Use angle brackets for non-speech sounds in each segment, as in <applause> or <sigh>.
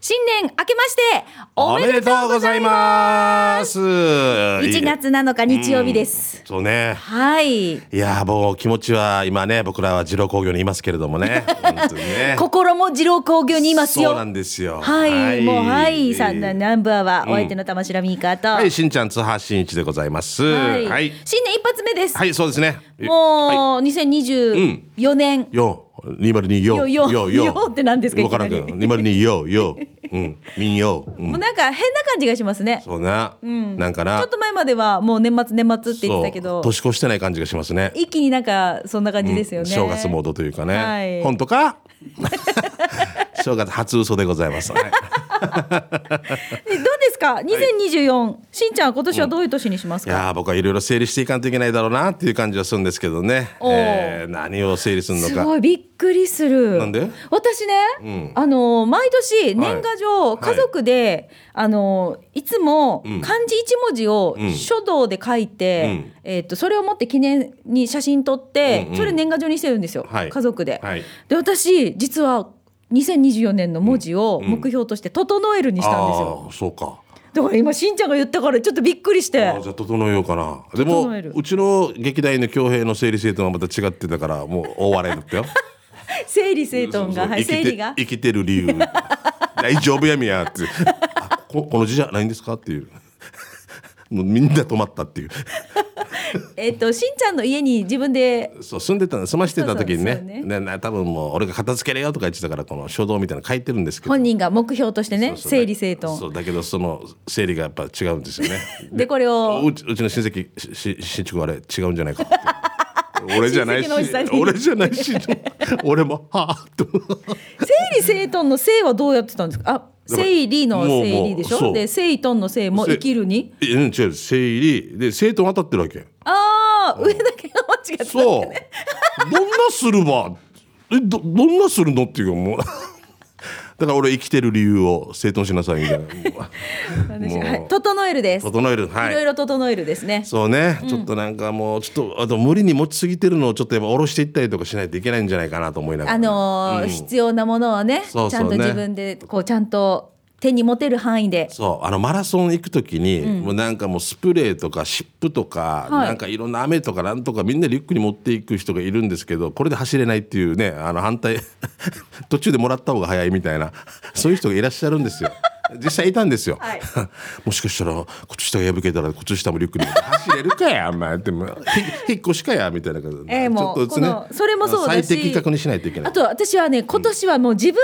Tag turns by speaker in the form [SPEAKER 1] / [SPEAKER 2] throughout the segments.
[SPEAKER 1] 新年明けましてお
[SPEAKER 2] お
[SPEAKER 1] め
[SPEAKER 2] め
[SPEAKER 1] で
[SPEAKER 2] で
[SPEAKER 1] と
[SPEAKER 2] と
[SPEAKER 1] う
[SPEAKER 2] う
[SPEAKER 1] ご
[SPEAKER 2] ご
[SPEAKER 1] ざ
[SPEAKER 2] ざ
[SPEAKER 1] い
[SPEAKER 2] い
[SPEAKER 1] ま
[SPEAKER 2] ますす。1
[SPEAKER 1] 1月7日日曜日です、
[SPEAKER 2] そうね。
[SPEAKER 1] はい
[SPEAKER 2] いやーもう気持ちは今ね僕らは二郎工業にいますけれど
[SPEAKER 1] <laughs>
[SPEAKER 2] もね。本当にね。
[SPEAKER 1] 心も二郎工業にいますよ
[SPEAKER 2] そうなんですよ。
[SPEAKER 1] はい、もうはい、さん
[SPEAKER 2] は
[SPEAKER 1] ナンバーはお相手の玉城ミーカーと、
[SPEAKER 2] い、しんちゃん津波しんいちでございます。はい。はい、
[SPEAKER 1] 新年一発目です、
[SPEAKER 2] そうですね。は
[SPEAKER 1] もう2024年、
[SPEAKER 2] い、よ、二丸二よ、
[SPEAKER 1] よよよって何ですか
[SPEAKER 2] わからんけ
[SPEAKER 1] いき
[SPEAKER 2] ど、二丸二よ、よ、うん、民謡、うん、
[SPEAKER 1] もうなんか変な感じがしますねち
[SPEAKER 2] そうな、なんかな、
[SPEAKER 1] ょっと前まではもう年末年末って言ってたけ
[SPEAKER 2] そ
[SPEAKER 1] ど
[SPEAKER 2] う年越してない感じがしますね。
[SPEAKER 1] 一気になんかそんな感じですよね、
[SPEAKER 2] 正月モードというかね、
[SPEAKER 1] はい
[SPEAKER 2] 本当か <laughs> 正月初嘘でございます、はい
[SPEAKER 1] でどうですか2024、しんちゃん今年はどういう年にします
[SPEAKER 2] い
[SPEAKER 1] か、
[SPEAKER 2] やー僕はいろいろ整理していかんといけないだろうなっていう感じはするんですけどね、
[SPEAKER 1] おー
[SPEAKER 2] えー何を整理するの
[SPEAKER 1] す
[SPEAKER 2] か
[SPEAKER 1] ごいびっくりする
[SPEAKER 2] なんで
[SPEAKER 1] 私ね、あの毎年年賀状、
[SPEAKER 2] い
[SPEAKER 1] 家族で、い、あのいつも
[SPEAKER 2] ん
[SPEAKER 1] 漢字一文字を
[SPEAKER 2] うん
[SPEAKER 1] 書道で書いて、
[SPEAKER 2] うん
[SPEAKER 1] えっとそれを持って記念に写真撮って、
[SPEAKER 2] うんうん
[SPEAKER 1] それ年賀状にしてるんですよ、
[SPEAKER 2] はい
[SPEAKER 1] 家族で、
[SPEAKER 2] はい
[SPEAKER 1] で私実は2024年の文字を
[SPEAKER 2] うん
[SPEAKER 1] 目標として整えるにしたんですよ、
[SPEAKER 2] ああそうか
[SPEAKER 1] だから今しんちゃんが言ったからちょっとびっくりし
[SPEAKER 2] あ
[SPEAKER 1] て
[SPEAKER 2] ーじゃあ整えようかなでも
[SPEAKER 1] 整える
[SPEAKER 2] うちの劇団員の恭平の整理整頓はまた違ってたからもう大笑いだったよ
[SPEAKER 1] 整理整頓
[SPEAKER 2] そう
[SPEAKER 1] が
[SPEAKER 2] そう
[SPEAKER 1] はい
[SPEAKER 2] 生きて
[SPEAKER 1] 整理が
[SPEAKER 2] 生きてる理由 <laughs> 大丈夫やみやってあここの字じゃないんですかっていうもうみんな止まったっていう
[SPEAKER 1] えっとしんちゃんの家に自分で
[SPEAKER 2] そう住んでたの住ましてた時にね
[SPEAKER 1] そうそうそう
[SPEAKER 2] ねな多分もう俺が片付けれよとか言ってたからこの書道みたいなの書いてるんですけど
[SPEAKER 1] 本人が目標としてね
[SPEAKER 2] そうそう
[SPEAKER 1] 整理整頓
[SPEAKER 2] そうだけどその整理がやっぱ違うんです
[SPEAKER 1] <laughs>
[SPEAKER 2] よね
[SPEAKER 1] でこれを
[SPEAKER 2] うちうちの親戚しし新築あれ違うんじゃない
[SPEAKER 1] <laughs>
[SPEAKER 2] かって俺じゃないし
[SPEAKER 1] 親戚のおじさんに
[SPEAKER 2] 俺じゃな
[SPEAKER 1] <laughs>
[SPEAKER 2] いし俺もはあと
[SPEAKER 1] 整理整頓の整はどうやってたんですかあ整理の
[SPEAKER 2] もう
[SPEAKER 1] 整理でし
[SPEAKER 2] もうそ
[SPEAKER 1] ょ
[SPEAKER 2] う
[SPEAKER 1] で整頓の整も
[SPEAKER 2] せ
[SPEAKER 1] 生きるに
[SPEAKER 2] えうん違う整理で整頓当たってるわけ
[SPEAKER 1] ああ上だけが間違ってた
[SPEAKER 2] そうどんなするばえどどんなするのっていうかもう <laughs> だから俺生きてる理由を整頓しなさいみたいな。
[SPEAKER 1] <laughs> 私
[SPEAKER 2] もう
[SPEAKER 1] はい整えるです
[SPEAKER 2] 整えるはい
[SPEAKER 1] いろいろ整えるですね
[SPEAKER 2] そうね、ちょっとなんかもうちょっとあと無理に持ちすぎてるのをちょっとやっぱ下ろしていったりとかしないといけないんじゃないかなと思いながら
[SPEAKER 1] あのー必要なものはね
[SPEAKER 2] そう
[SPEAKER 1] ち
[SPEAKER 2] そう
[SPEAKER 1] ゃんと
[SPEAKER 2] ね
[SPEAKER 1] 自分でこうちゃんと手に持てる範囲で
[SPEAKER 2] そうあのマラソン行く時に、もうなんかもうスプレーとか湿布とか、
[SPEAKER 1] はい
[SPEAKER 2] なんかいろんな雨とかなんとかみんなリュックに持っていく人がいるんですけどこれで走れないっていうねあの反対 <laughs> 途中でもらった方が早いみたいなそういう人がいらっしゃるんですよ実際いたんですよ、
[SPEAKER 1] はい
[SPEAKER 2] <laughs> もしかしたら靴下が破けたら靴下もリュックに入れて走れるかやお前ってもうひ引っ越しかやみたいな感じで
[SPEAKER 1] ええもう
[SPEAKER 2] ちょっとずつ
[SPEAKER 1] このそれもそうだし
[SPEAKER 2] 最適確にしないといけない
[SPEAKER 1] あと私はね今年はもう自分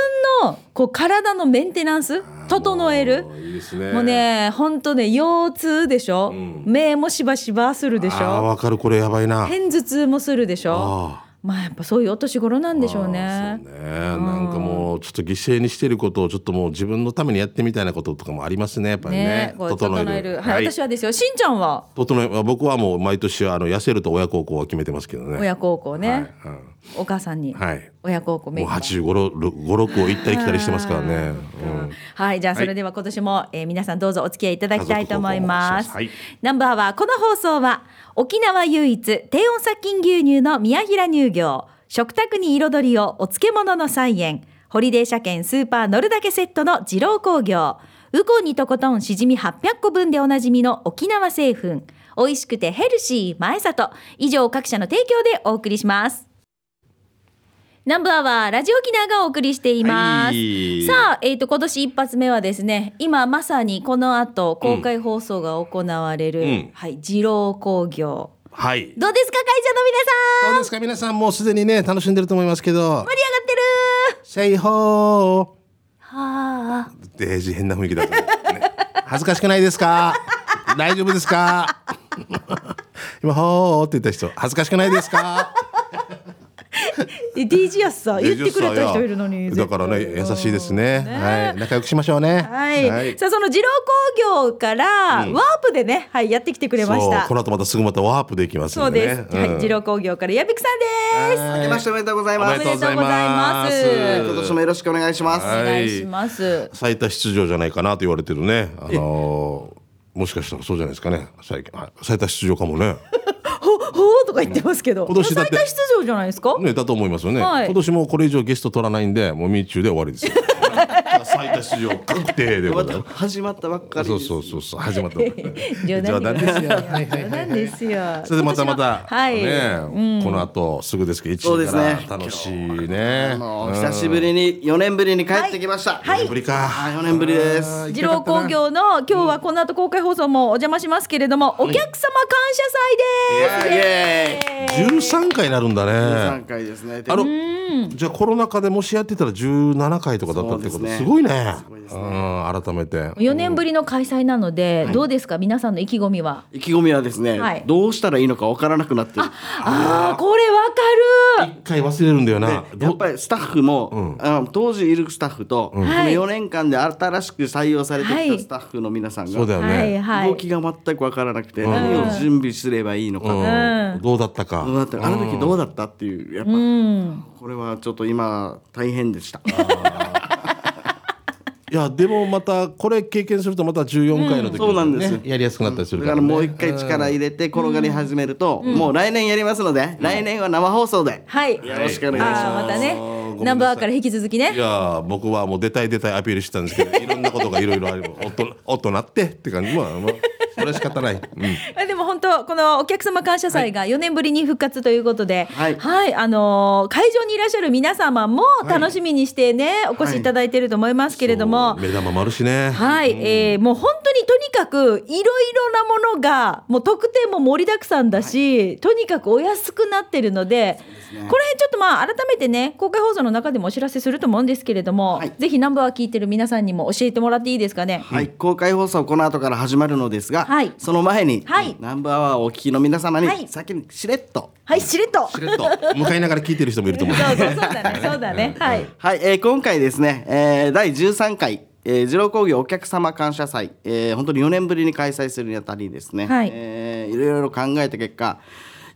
[SPEAKER 1] のこう体のメンテナンス整える
[SPEAKER 2] もういいですね
[SPEAKER 1] もうね本当ね腰痛でしょ、目もしばしばするでし
[SPEAKER 2] ああ
[SPEAKER 1] ょ
[SPEAKER 2] わかるこれやばいな
[SPEAKER 1] 片頭痛もするでしょ
[SPEAKER 2] あ
[SPEAKER 1] まあやっぱそういうお年頃なんでしょう
[SPEAKER 2] あ
[SPEAKER 1] ね
[SPEAKER 2] そうね、なんかもうちょっと犠牲にしてることをちょっともう自分のためにやってみたいなこととかもありますねやっぱりね
[SPEAKER 1] ねこう整えるはい、私はですよしんちゃんは
[SPEAKER 2] 整え僕はもう毎年あの痩せると親孝行は決めてますけどね
[SPEAKER 1] 親孝行ね、
[SPEAKER 2] はい、うん
[SPEAKER 1] お母さんに
[SPEAKER 2] はい、
[SPEAKER 1] 親孝行メイ
[SPEAKER 2] もう
[SPEAKER 1] ンで
[SPEAKER 2] 8556を行ったり来たりしてますからね、うん、
[SPEAKER 1] はい、じゃあそれでは今年も、えー皆さんどうぞお付き合いいただきたいと思います。
[SPEAKER 2] 家族同行お願いし
[SPEAKER 1] ナンバーはこの放送は沖縄唯一低温殺菌牛乳の宮平乳業食卓に彩りをお漬物の菜園ホリデー車検スーパー乗るだけセットの二郎工業ウコンにとことんしじみ800個分でおなじみの沖縄製粉美味しくてヘルシー前里以上各社の提供でお送りしますナンバーはラジオ沖縄がお送りしています、
[SPEAKER 2] はい
[SPEAKER 1] さあ、えー、と今年一発目はですね今まさにこの後公開放送が行われる、
[SPEAKER 2] うん
[SPEAKER 1] はい、二郎工業
[SPEAKER 2] はい
[SPEAKER 1] どうですか会社の皆さん
[SPEAKER 2] どうですか皆さんもうすでにね楽しんでると思いますけど
[SPEAKER 1] 盛り上がってる
[SPEAKER 2] 「シェイホー」
[SPEAKER 1] はあ
[SPEAKER 2] デージ変な雰囲気だぞ、ね恥ずかしくないですか大丈夫ですか今ほーって言った人恥ずかしくないですか
[SPEAKER 1] え DJ やすさ言ってくれた人いるのに
[SPEAKER 2] だからね優しいですね
[SPEAKER 1] ね
[SPEAKER 2] はい仲良くしましょうね
[SPEAKER 1] はい、さあその二郎工業からワープでね、はいやってきてくれまし
[SPEAKER 2] そう
[SPEAKER 1] た
[SPEAKER 2] この後またすぐまたワープでいきます
[SPEAKER 1] そうん
[SPEAKER 2] で
[SPEAKER 1] で
[SPEAKER 2] ね
[SPEAKER 1] す、
[SPEAKER 2] ん
[SPEAKER 1] はい二郎工業から矢吹さんです
[SPEAKER 2] はい
[SPEAKER 3] 明けましておめでとうござい
[SPEAKER 2] お
[SPEAKER 3] ま
[SPEAKER 2] めで。
[SPEAKER 3] す
[SPEAKER 2] とうございま
[SPEAKER 1] おめでとう
[SPEAKER 2] す
[SPEAKER 3] 今年もよろしくお願いします。
[SPEAKER 2] はい
[SPEAKER 1] お願いします
[SPEAKER 2] 最多出場じゃないかなと言われてるねあのーもしかしたらそうじゃないですかね最近はい最多出場かもね
[SPEAKER 1] ほほうとか言ってますけど
[SPEAKER 2] 今年だって
[SPEAKER 1] 最多出場じゃないですか、
[SPEAKER 2] ね、だと思いますよね、
[SPEAKER 1] はい
[SPEAKER 3] <laughs>
[SPEAKER 2] 今年もこれ以上ゲスト取らないんでもうミーチューで終わりですよ最最多出場確定でご
[SPEAKER 3] ま
[SPEAKER 2] ざい
[SPEAKER 3] た
[SPEAKER 2] ま
[SPEAKER 3] 始まったばっか
[SPEAKER 2] す
[SPEAKER 3] り
[SPEAKER 2] <laughs> そ
[SPEAKER 3] で
[SPEAKER 2] う
[SPEAKER 3] す
[SPEAKER 2] そうそうそう始まった
[SPEAKER 1] 冗
[SPEAKER 2] 冗
[SPEAKER 1] 談
[SPEAKER 2] 談ですよ
[SPEAKER 1] ですよ。
[SPEAKER 2] それでまたまた、
[SPEAKER 1] はい。
[SPEAKER 2] ね、この後すぐですけど
[SPEAKER 3] そ
[SPEAKER 2] 1
[SPEAKER 3] うで
[SPEAKER 2] 時
[SPEAKER 3] す
[SPEAKER 2] か
[SPEAKER 3] ね
[SPEAKER 2] ら楽しいね
[SPEAKER 3] あの久しぶりに4年ぶりに帰ってきました、
[SPEAKER 2] 4年ぶりか、
[SPEAKER 3] はい4年ぶりです
[SPEAKER 2] あー
[SPEAKER 1] 二郎工業の今日はこの後公開放送もお邪魔しますけれども、お客様感謝祭
[SPEAKER 3] イ
[SPEAKER 1] で
[SPEAKER 3] エ
[SPEAKER 1] す。イエーイ
[SPEAKER 2] 13回になるんだね
[SPEAKER 3] 3回ですね
[SPEAKER 2] あのじゃあコロナ禍でもしやってたら17回とかだったってこ
[SPEAKER 3] そ
[SPEAKER 2] と
[SPEAKER 3] う
[SPEAKER 2] す,、
[SPEAKER 3] ですね
[SPEAKER 2] ごいね
[SPEAKER 3] ごいです
[SPEAKER 2] うん改めて
[SPEAKER 1] 4年ぶりの開催なので、どうですか皆さんの意気込みは。
[SPEAKER 3] 意気込みはですね、
[SPEAKER 1] はい
[SPEAKER 3] どうしたらいいのかわからなくなってる
[SPEAKER 1] ああこれわかる。
[SPEAKER 2] 一回忘れるんだよな
[SPEAKER 3] でやっ
[SPEAKER 2] ど
[SPEAKER 3] ぱりスタッフも、あの当時いるスタッフと、この
[SPEAKER 1] はい
[SPEAKER 3] 4年間で新しく採用されて
[SPEAKER 1] は
[SPEAKER 3] き
[SPEAKER 1] い
[SPEAKER 3] たスタッフの皆さん
[SPEAKER 2] そうだ
[SPEAKER 3] が
[SPEAKER 2] よ
[SPEAKER 1] はい
[SPEAKER 2] ね、
[SPEAKER 1] はい。
[SPEAKER 3] 動きが全く分からなくて、何を準備すればいいのか、
[SPEAKER 2] うんどうだったか
[SPEAKER 3] どうだったあの時どうだったっていうやっぱ、
[SPEAKER 1] うん。
[SPEAKER 3] これはちょっと今大変でした。
[SPEAKER 2] いやでもまたこれ経験するとまた14回の時、ね
[SPEAKER 3] そうなんですよ
[SPEAKER 2] やりやすくなったりする
[SPEAKER 3] だ
[SPEAKER 2] か、
[SPEAKER 3] からら
[SPEAKER 2] ね、
[SPEAKER 3] もう一回力入れて転がり始めると、もう来年やりますので、来年は生放送で、
[SPEAKER 1] はい。
[SPEAKER 3] よろしくお願いします。
[SPEAKER 1] ああまた
[SPEAKER 2] ごめんな
[SPEAKER 1] ね
[SPEAKER 2] さい
[SPEAKER 1] ナンバーから引き続き
[SPEAKER 2] い
[SPEAKER 1] ね。
[SPEAKER 2] やー僕はもう出たい出たいアピールしてたんですけどいろんなことがいろいろあるおっ
[SPEAKER 3] <laughs>
[SPEAKER 2] とおっとなってって感じまあまあそれは仕方ない、うん
[SPEAKER 1] あでも本当このお客様感謝祭が4年ぶりに復活ということで、は、
[SPEAKER 3] はいい
[SPEAKER 1] あのー会場にいらっしゃる皆様も楽しみにしてね、お越しいただいてると思いますけれども、
[SPEAKER 2] 目玉もあるしね
[SPEAKER 1] はい、えーもう本当にとにかくいろいろなものがもう特典も盛りだくさんだし、とにかくお安くなってるのでこの辺ちょっとまあ改めてね公開放送の中でもお知らせすると思うんですけれども、
[SPEAKER 3] はい
[SPEAKER 1] ぜひナンバー聞いてる皆さんにも教えてもらっていいですかね。
[SPEAKER 3] はい、公開放送この後から始まるのですが、
[SPEAKER 1] はい
[SPEAKER 3] その前に、
[SPEAKER 1] はい
[SPEAKER 3] ナンバーワーをお聞きの皆様に、
[SPEAKER 1] はい
[SPEAKER 3] 先にしれっと、
[SPEAKER 1] はい、しれっと。
[SPEAKER 2] しれっと向かいながら聞いてる人もいると
[SPEAKER 1] そ
[SPEAKER 2] 思
[SPEAKER 1] う
[SPEAKER 2] う
[SPEAKER 1] そうそうだね、そうだね、はい。
[SPEAKER 3] はい、えー今回ですね、えー第13回、えー、二郎工業お客様感謝祭、えー本当に4年ぶりに開催するにあたりですね、
[SPEAKER 1] はい
[SPEAKER 3] えーいろいろ考えた結果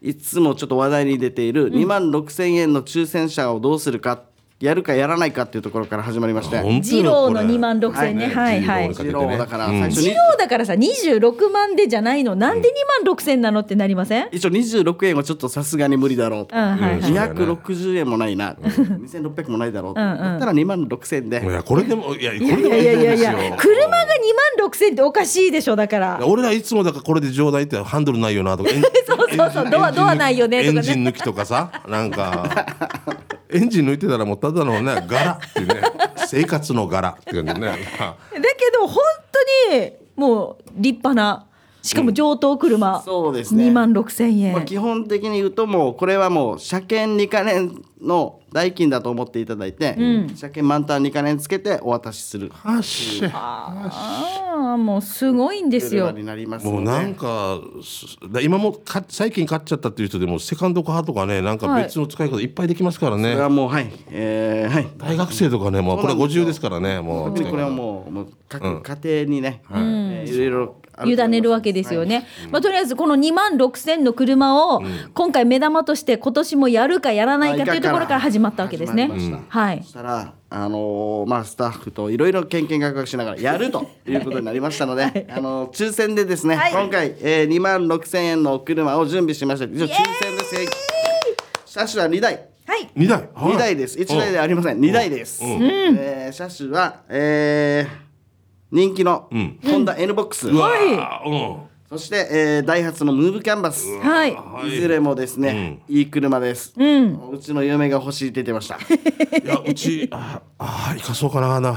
[SPEAKER 3] いつもちょっと話題に出ている2万6,000円の抽選者をどうするかやるかやらないかっていうところから始まりまして
[SPEAKER 2] 本当よ
[SPEAKER 1] 二郎の
[SPEAKER 2] これ
[SPEAKER 1] 2万6千ねはいはい
[SPEAKER 2] 二
[SPEAKER 3] 二
[SPEAKER 2] 郎
[SPEAKER 3] 郎
[SPEAKER 2] にかけてね
[SPEAKER 3] だから
[SPEAKER 2] うん
[SPEAKER 3] 最初
[SPEAKER 1] 二
[SPEAKER 3] に
[SPEAKER 1] 郎だからさ、26万でじゃないの、なんで2万6千なのってなりません。
[SPEAKER 3] 一応26円はちょっとさすがに無理だろうと
[SPEAKER 1] うん、はい、はい。
[SPEAKER 3] 260円もないな、2600もないだろうと、
[SPEAKER 1] うんうん
[SPEAKER 3] だったら2万6000円で、
[SPEAKER 2] いやこれでもいやこ
[SPEAKER 1] いや
[SPEAKER 2] れ
[SPEAKER 1] い
[SPEAKER 2] でも
[SPEAKER 1] や
[SPEAKER 2] い
[SPEAKER 1] いや
[SPEAKER 2] いん
[SPEAKER 1] いやい
[SPEAKER 2] です
[SPEAKER 1] や
[SPEAKER 2] よ
[SPEAKER 1] 車が2万6千っておかしいでしょだから
[SPEAKER 2] 俺らいつもだからこれで上代ってハンドルないよな
[SPEAKER 1] <laughs>
[SPEAKER 2] とかそう
[SPEAKER 1] そうそうドアドアないよねとかね
[SPEAKER 2] エンジン抜きとかさなんか <laughs> エンジン抜いてたらもうただのね柄っていうね生活の柄っていうね
[SPEAKER 1] だけど本当にもう立派なしかも上等車、
[SPEAKER 3] そうですね
[SPEAKER 1] 2万6千円、
[SPEAKER 3] まあ、基本的に言うともうこれはもう車検2か年の代金だと思っていただいて、車検満タン2か年つけてお渡しする
[SPEAKER 2] はっしゃ
[SPEAKER 1] ああもうすごいんです
[SPEAKER 3] 車
[SPEAKER 1] よ
[SPEAKER 3] になりますの
[SPEAKER 2] も
[SPEAKER 3] で
[SPEAKER 2] うなんかすだ今もか最近買っちゃったっていう人でもセカンドカーとかねなんか別の使い方いっぱいできますから
[SPEAKER 3] こ
[SPEAKER 2] ね、
[SPEAKER 3] れはもうはい、えーはい
[SPEAKER 2] 大学生とかねもうこれ50ですからねもう
[SPEAKER 3] 特にこれはもうもう各家庭にね、いえーいろいろあ
[SPEAKER 1] 委
[SPEAKER 3] と思います
[SPEAKER 1] ねるわけですよね、まあ、とりあえずこの2万6千の車を今回目玉として今年もやるかやらないかというところから始まったわけですね
[SPEAKER 3] 始まりまし。た
[SPEAKER 1] はい
[SPEAKER 3] そ、したら、あのーまあ、スタッフといろいろけんけんがくがくしながらやるということになりましたので、あのー抽選でですね、
[SPEAKER 1] はい
[SPEAKER 3] 今回、えー、2万6千円のお車を準備しました一応抽選です車種は2台
[SPEAKER 1] はい、
[SPEAKER 2] 2台はい
[SPEAKER 3] 2台です1台ではありません2台です、えー車種は、えー人気のホンダ N ボックス、
[SPEAKER 2] うわ
[SPEAKER 1] はい
[SPEAKER 2] ーうん
[SPEAKER 3] そして、えーダイハツのムーブキャンバス、
[SPEAKER 1] はい、
[SPEAKER 2] はい
[SPEAKER 3] い、ずれもですね、いい車です、うちの嫁が欲しいって言って
[SPEAKER 1] <laughs>
[SPEAKER 3] ました
[SPEAKER 2] いやうちああー生かそうかな <laughs> な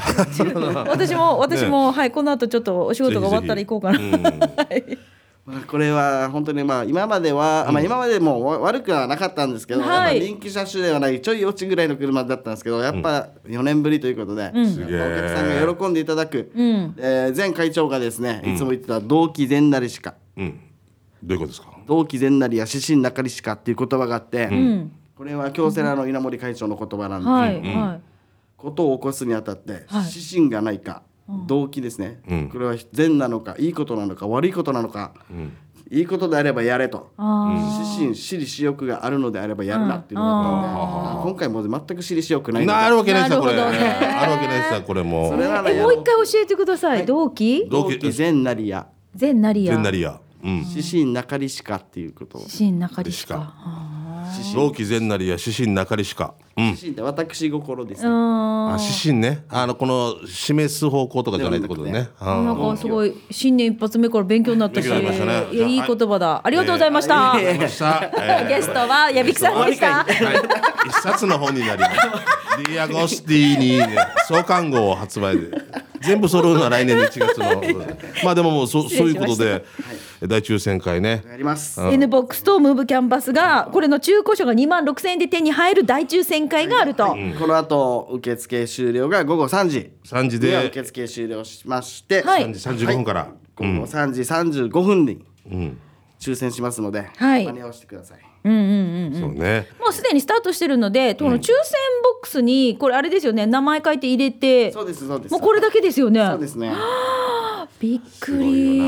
[SPEAKER 1] 私も私も、はいこの後ちょっとお仕事が終わったら行こうかな。
[SPEAKER 2] ぜひぜひうん
[SPEAKER 1] はい
[SPEAKER 3] まあこれは本当にまあ今までは、まあ今までもわ悪くはなかったんですけど、
[SPEAKER 1] はい
[SPEAKER 3] やっぱ人気車種ではないちょい落ちぐらいの車だったんですけどやっぱ4年ぶりということで、
[SPEAKER 2] す
[SPEAKER 3] お
[SPEAKER 2] げえ
[SPEAKER 3] 客さんが喜んでいただく、
[SPEAKER 1] ん
[SPEAKER 3] えー前会長がですねいつも言ってた「同期善なりしか」
[SPEAKER 2] うんどういうことですか
[SPEAKER 3] 同期善なりや指針なかりしか」っていう言葉があって、これは京セラの稲森会長の言葉な
[SPEAKER 1] <laughs>
[SPEAKER 3] んで、
[SPEAKER 1] はい、はい。
[SPEAKER 3] ことを起こすにあたって、
[SPEAKER 1] はい
[SPEAKER 3] 指針がないか、動機ですね、これは善なのかいいことなのか悪いことなのか、いいことであればやれと
[SPEAKER 1] あ
[SPEAKER 3] 指針私利私欲があるのであればやるなっていうのがあったので、今回もう全く私利私欲ないので
[SPEAKER 2] なあるわけないですよこれ
[SPEAKER 1] なるほどね
[SPEAKER 2] あるわけないですよこれも
[SPEAKER 3] それな
[SPEAKER 1] あ
[SPEAKER 3] ら
[SPEAKER 1] え
[SPEAKER 3] や
[SPEAKER 1] もう
[SPEAKER 3] ろ
[SPEAKER 1] 一回教えてください。同期
[SPEAKER 2] 同
[SPEAKER 3] 動
[SPEAKER 2] 期
[SPEAKER 3] 機善なりや
[SPEAKER 1] 全ナリア。
[SPEAKER 2] 全なりやうん
[SPEAKER 3] 指針なかりしかっていうことを
[SPEAKER 1] 新中里
[SPEAKER 2] しか
[SPEAKER 1] か。
[SPEAKER 2] 老気善なりや獅子なかりしか、うん、
[SPEAKER 3] 自身って私心です
[SPEAKER 1] う
[SPEAKER 3] ね、
[SPEAKER 1] ん
[SPEAKER 2] あ獅子ねあのこの示す方向とかじゃないってことね
[SPEAKER 3] で
[SPEAKER 2] うん
[SPEAKER 1] なんかすごい新年一発目から勉強になったし、
[SPEAKER 2] 勉強になりましたね
[SPEAKER 1] いやいい言葉だ。ありがとうございました。
[SPEAKER 2] ありがとうございましたえー
[SPEAKER 1] ゲストは矢吹さんでした。
[SPEAKER 2] はい、一冊の本になります。ディアゴスティーニ、ね、創刊号発売で。全部揃うのは来年の1月の。まあでももうそそういうことで、大抽選会ね。
[SPEAKER 3] やります、
[SPEAKER 1] N ボックスとムーブキャンパスがこれの中古車が2万6000円で手に入る大抽選会があると、
[SPEAKER 3] この後受付終了が午後3時
[SPEAKER 2] 3時
[SPEAKER 3] では
[SPEAKER 2] で
[SPEAKER 3] 受、付終了しまして、
[SPEAKER 1] はい
[SPEAKER 2] 3時35分から。
[SPEAKER 3] 午後3時35分に抽選しますので、
[SPEAKER 1] はい
[SPEAKER 3] 間に合わせてください
[SPEAKER 2] そうね。
[SPEAKER 1] もうすでにスタートしてるのでこの抽選ボックスにこれあれですよね名前書いて入れて
[SPEAKER 3] そうですそうです
[SPEAKER 1] もうこれだけですよね
[SPEAKER 3] そうですね
[SPEAKER 1] びっくり